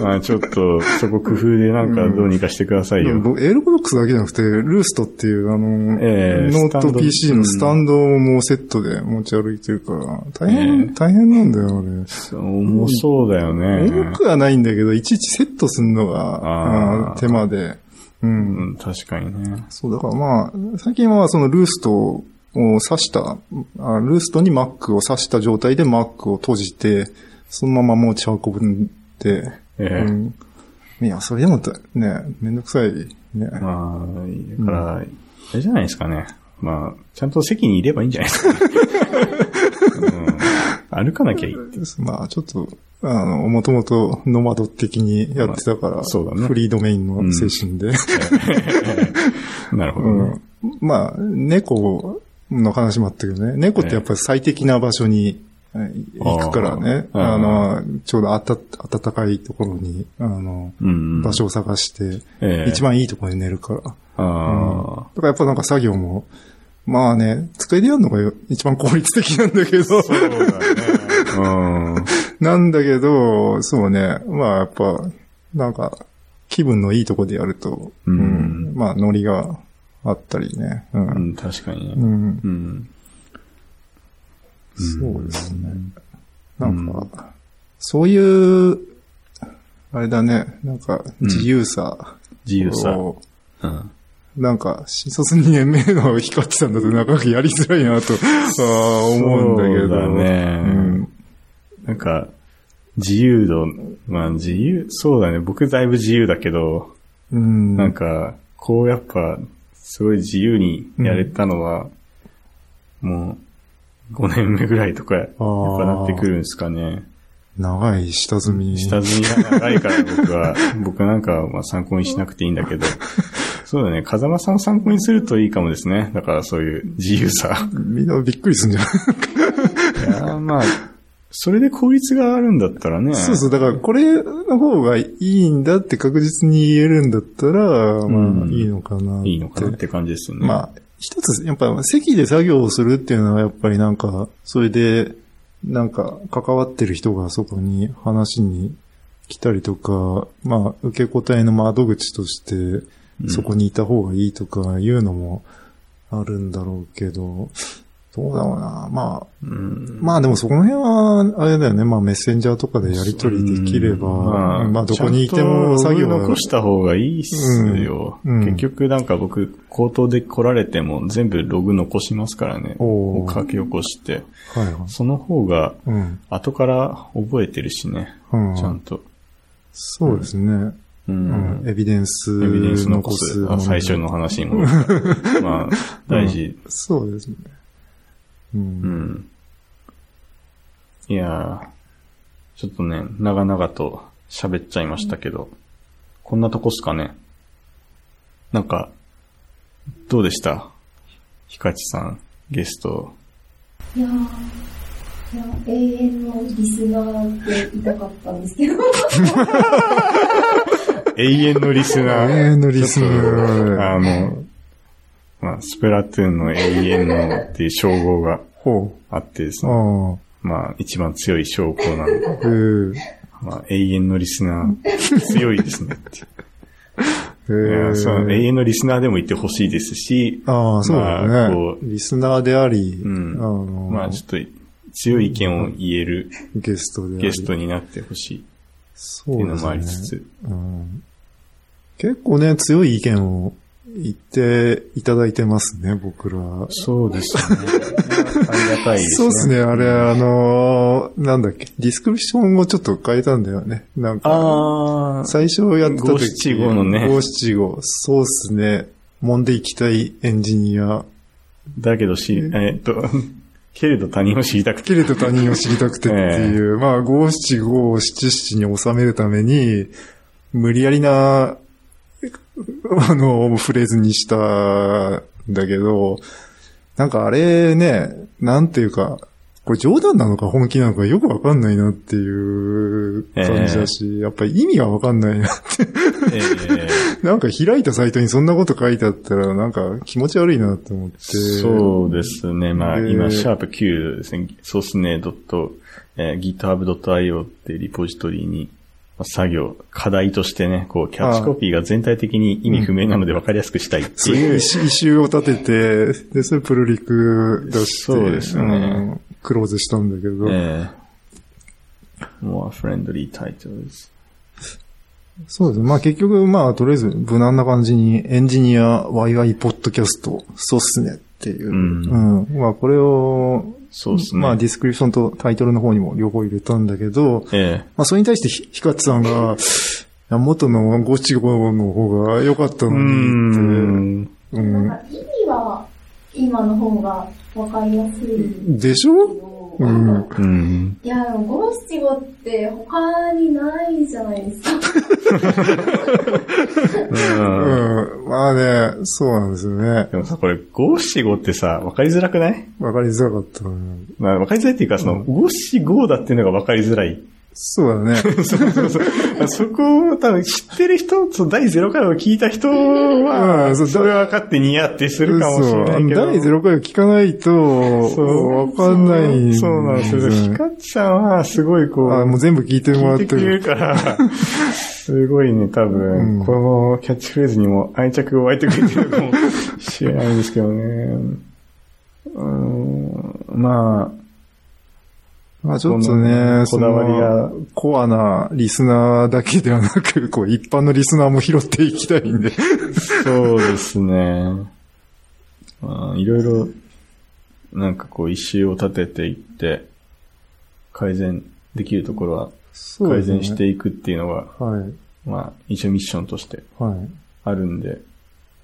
まあちょっと、そこ工夫でなんかどうにかしてください
で
よ。
も僕エルボドックスだけじゃなくて、ルーストっていうあの、
ええ
ノ
スタ
ー
ンド
ト PC のスタンドをもうセットで持ち歩いてるから、大変、
ええ
大変なんだよ、あ
重そうだよね
れ。重。くはないんだけど、いちいちセットすんの
あー
が、うん手間で。う。
うんん、確かにね。
そう、だからまあ、最近はそのルーストを刺した、あルーストに Mac を刺した状態で Mac を閉じて、そのまま持ち運ぶんで、
ええ
うん。いや、それでもたね、めんどくさいね。
まあ、だから、あれじゃないですかね。まあ、ちゃんと席にいればいいんじゃないですか、ねうん。歩かなきゃいいって。
まあ、ちょっと、あの、もともとノマド的にやってたから、
あそうだね
フリードメインの精神で。
なるほど
う
ね。
ん。まあ、猫の話もあったけどね。猫ってやっぱり最適な場所にえー行くからね。
あー
あの、ちょうどあた、暖かいところに、あの、
うん
場所を探して、
ええ
一番いいところに寝るから。
ああ
だ。からやっぱなんか作業も、まあね、机でやるのがよ一番効率的なんだけど、
そうだね。うん。
なんだけど、そうね、まあやっぱ、なんか、気分のいいとこでやると、
うん
まあノリがあったりね。
う
う。
んん、確かに
う
ね。
ん。
うん。
そうですね。なんか、そういう、あれだね、なんか、自由さ
自由さ。
を、
うん。
なんか、新卒2年目のヒカチさんだとなかなかやりづら いなと、あー思うんだけど。
そうだね
うん
なんか、自由度、まあ自由、そうだね。僕だいぶ自由だけど、
うん。
なんか、こうやっぱ、すごい自由にやれたのは、もう、5年目ぐらいとか、やっぱなってくるんですかね。
長い下積み。
下積みが長い から僕は、僕なんかはまあ参考にしなくていいんだけど、そうだね、風間さんを参考にするといいかもですね。だからそういう自由さ。
みんなびっくりするんじゃない
いやーまあ、 それで効率があるんだったらね。
そうそう、だからこれの方がいいんだって確実に言えるんだったら、まあ
うん
いいのかなって。
いいのかなって感じですよね。
まあ、一つ、やっぱ席で作業をするっていうのはやっぱりなんか、それで、なんか関わってる人がそこに話に来たりとか、まあ受け答えの窓口として
うん
そこにいた方がいいとかいうのもあるんだろうけど、どうだろうな。まあ、
うん
まあでもそこの辺は、あれだよね、まあメッセンジャーとかでやり取りできれば、
うん
まあ、どこにいても
ちゃんと
作業
ログ
が
残した方がいいっすよ。
うんうん
結局なんか僕、口頭で来られても全部ログ残しますからね。
おー
書き起こして。
はいはい。
その方が、
うん。
後から覚えてるしね。
うん
ちゃんと。
そうですね。
う
うん
ん。
エビデンス
エビデンス残
残
す。
す。
あ最初の話にも。 まあ、大事。
そうですね。う。
うんん。いやー、ちょっとね、長々と喋っちゃいましたけど、こんなとこっすかね。なんか、どうでしたひかちさん、ゲスト。
いやーいや永遠のリスナーって言いたかったんですけど、
永遠のリス
永
ナー。
遠のリスナー。
あの、まあ、スプラトゥーンの永遠のっていう称号が
ほ
あってです
う。
ね。
あ
まあ、一番強い称号なので。
あ。うん。
まあ、永遠のリスナー、強いですねって。
へ
いやその永
ー
遠のリスナーでもいてほしいですし、
ああ、そう
ま
だ
あ
ね
こ。う
リスナーであり、
うん
あの
まあちょっと強い意見を言える
ゲストであり。
ゲストになってほしいっ
そ
ていうう
で
の
す
も
ね
ありつつ。
うん結構ね、強い意見を言っていただいてますね、僕ら。
そうですね。ありがたいですね。
そうですね、あれ、あのーなんだっけ、ディスクリプションをちょっと変えたんだよね。なんか、
あー、
最初やってた時。
575のね
5、7、5。そうですね。揉んでいきたいエンジニア。
だけどし、えっと、 けれど他人を知りたくて。
けれど他人を知りたくて っていう、まあ、5、7、5を7、7に収めるために、無理やりな、あの、フレーズにしたんだけど、なんかあれね、なんていうか、これ冗談なのか本気なのかよくわかんないなっていう感じだし、やっぱり意味がわかんないな。
えー
なんか開いたサイトにそんなこと書いてあったら、なんか気持ち悪いなって思って。
そうですね。まあ、
で
今、シャープ Q ですね、ソースネ .github.io ってリポジトリにまあ作業、課題としてね、こう、キャッチコピーが全体的に意味不明なので分かりやすくしたいって
そう
い
いうう一周を立てて、で、それプルリク出して、
そうですね
んクローズしたんだけど、
ええ more friendly titles.
そうですね。まあ結局、まあとりあえず無難な感じにエンジニア YY ポッドキャスト、そうっすねっていう。
うん
うんまあこれを、
そうですね。
まあディスクリプションとタイトルの方にも両方入れたんだけど、
え
まあそれに対してひひかつさんが、いや元のゴチゴの方が良かった
え
のにって、う
なん
ん。
か意味は今の方がわかりやすいけ
でしょ
ど、
うん
うん。
いや、でも五七五って他にないじゃないですか。
うん。
うん。まあね、そうなんですよね。
でもさ、これ、五七五ってさ、分かりづらくない
わかりづらかったね。
まあ、分かりづらいっていうか、その、五七五だっていうのが分かりづらい。
そうだね。
そうそうそう。まあそこを多分知ってる人、その第0回を聞いた人
う
は、
んそう
それは分かってニヤってするかもしれないけど。
そう第0回を聞かないと、
そう
わかんない。
そうなんですよ。ひかちさんはすごいこう、
あもう全部聞いてもら
聞
っ
い
て
てくれ
る。
るから、すごいね、多分、
うん
このキャッチフレーズにも愛着を湧いてくれてるかもしれないんですけどね。うーん、ま
まあちょっとね、
こだわりが
そのコアなリスナーだけではなく、こう、一般のリスナーも拾っていきたいんで。
あ、そうですね。まあいろいろ、なんかこう、一周を立てていって、改善できるところは
そう
改
ですね
善していくっていうのが、
はい。
まあ、一応ミッションとして
はい。
あるんで、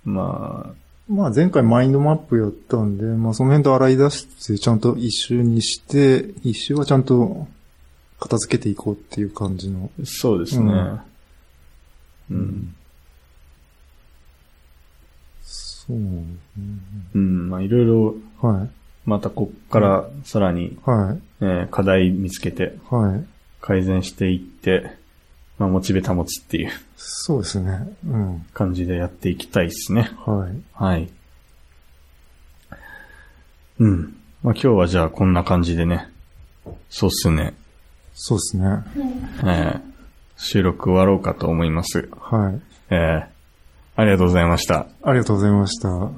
ま
まあ前回マインドマップやったんで、まあその辺で洗い出して、ちゃんと一周にして、一周はちゃんと片付けていこうっていう感じの。
あ、そうですね。う。
うんそうなんですね。
うん、まあ、いろいろ、
は
またこっからさらに、
い。は
えー課題見つけて、
い。はい。
改善していって、まあ、モチベ保つっていう
そうですね。うん。
感じでやっていきたいですね。
はい。
はい。うん。まあ、今日はじゃあこんな感じでね。そうっすね。
そうですね。
えー収録終わろうかと思います。
はい。
えーありがとうございました。
ありがとうございました。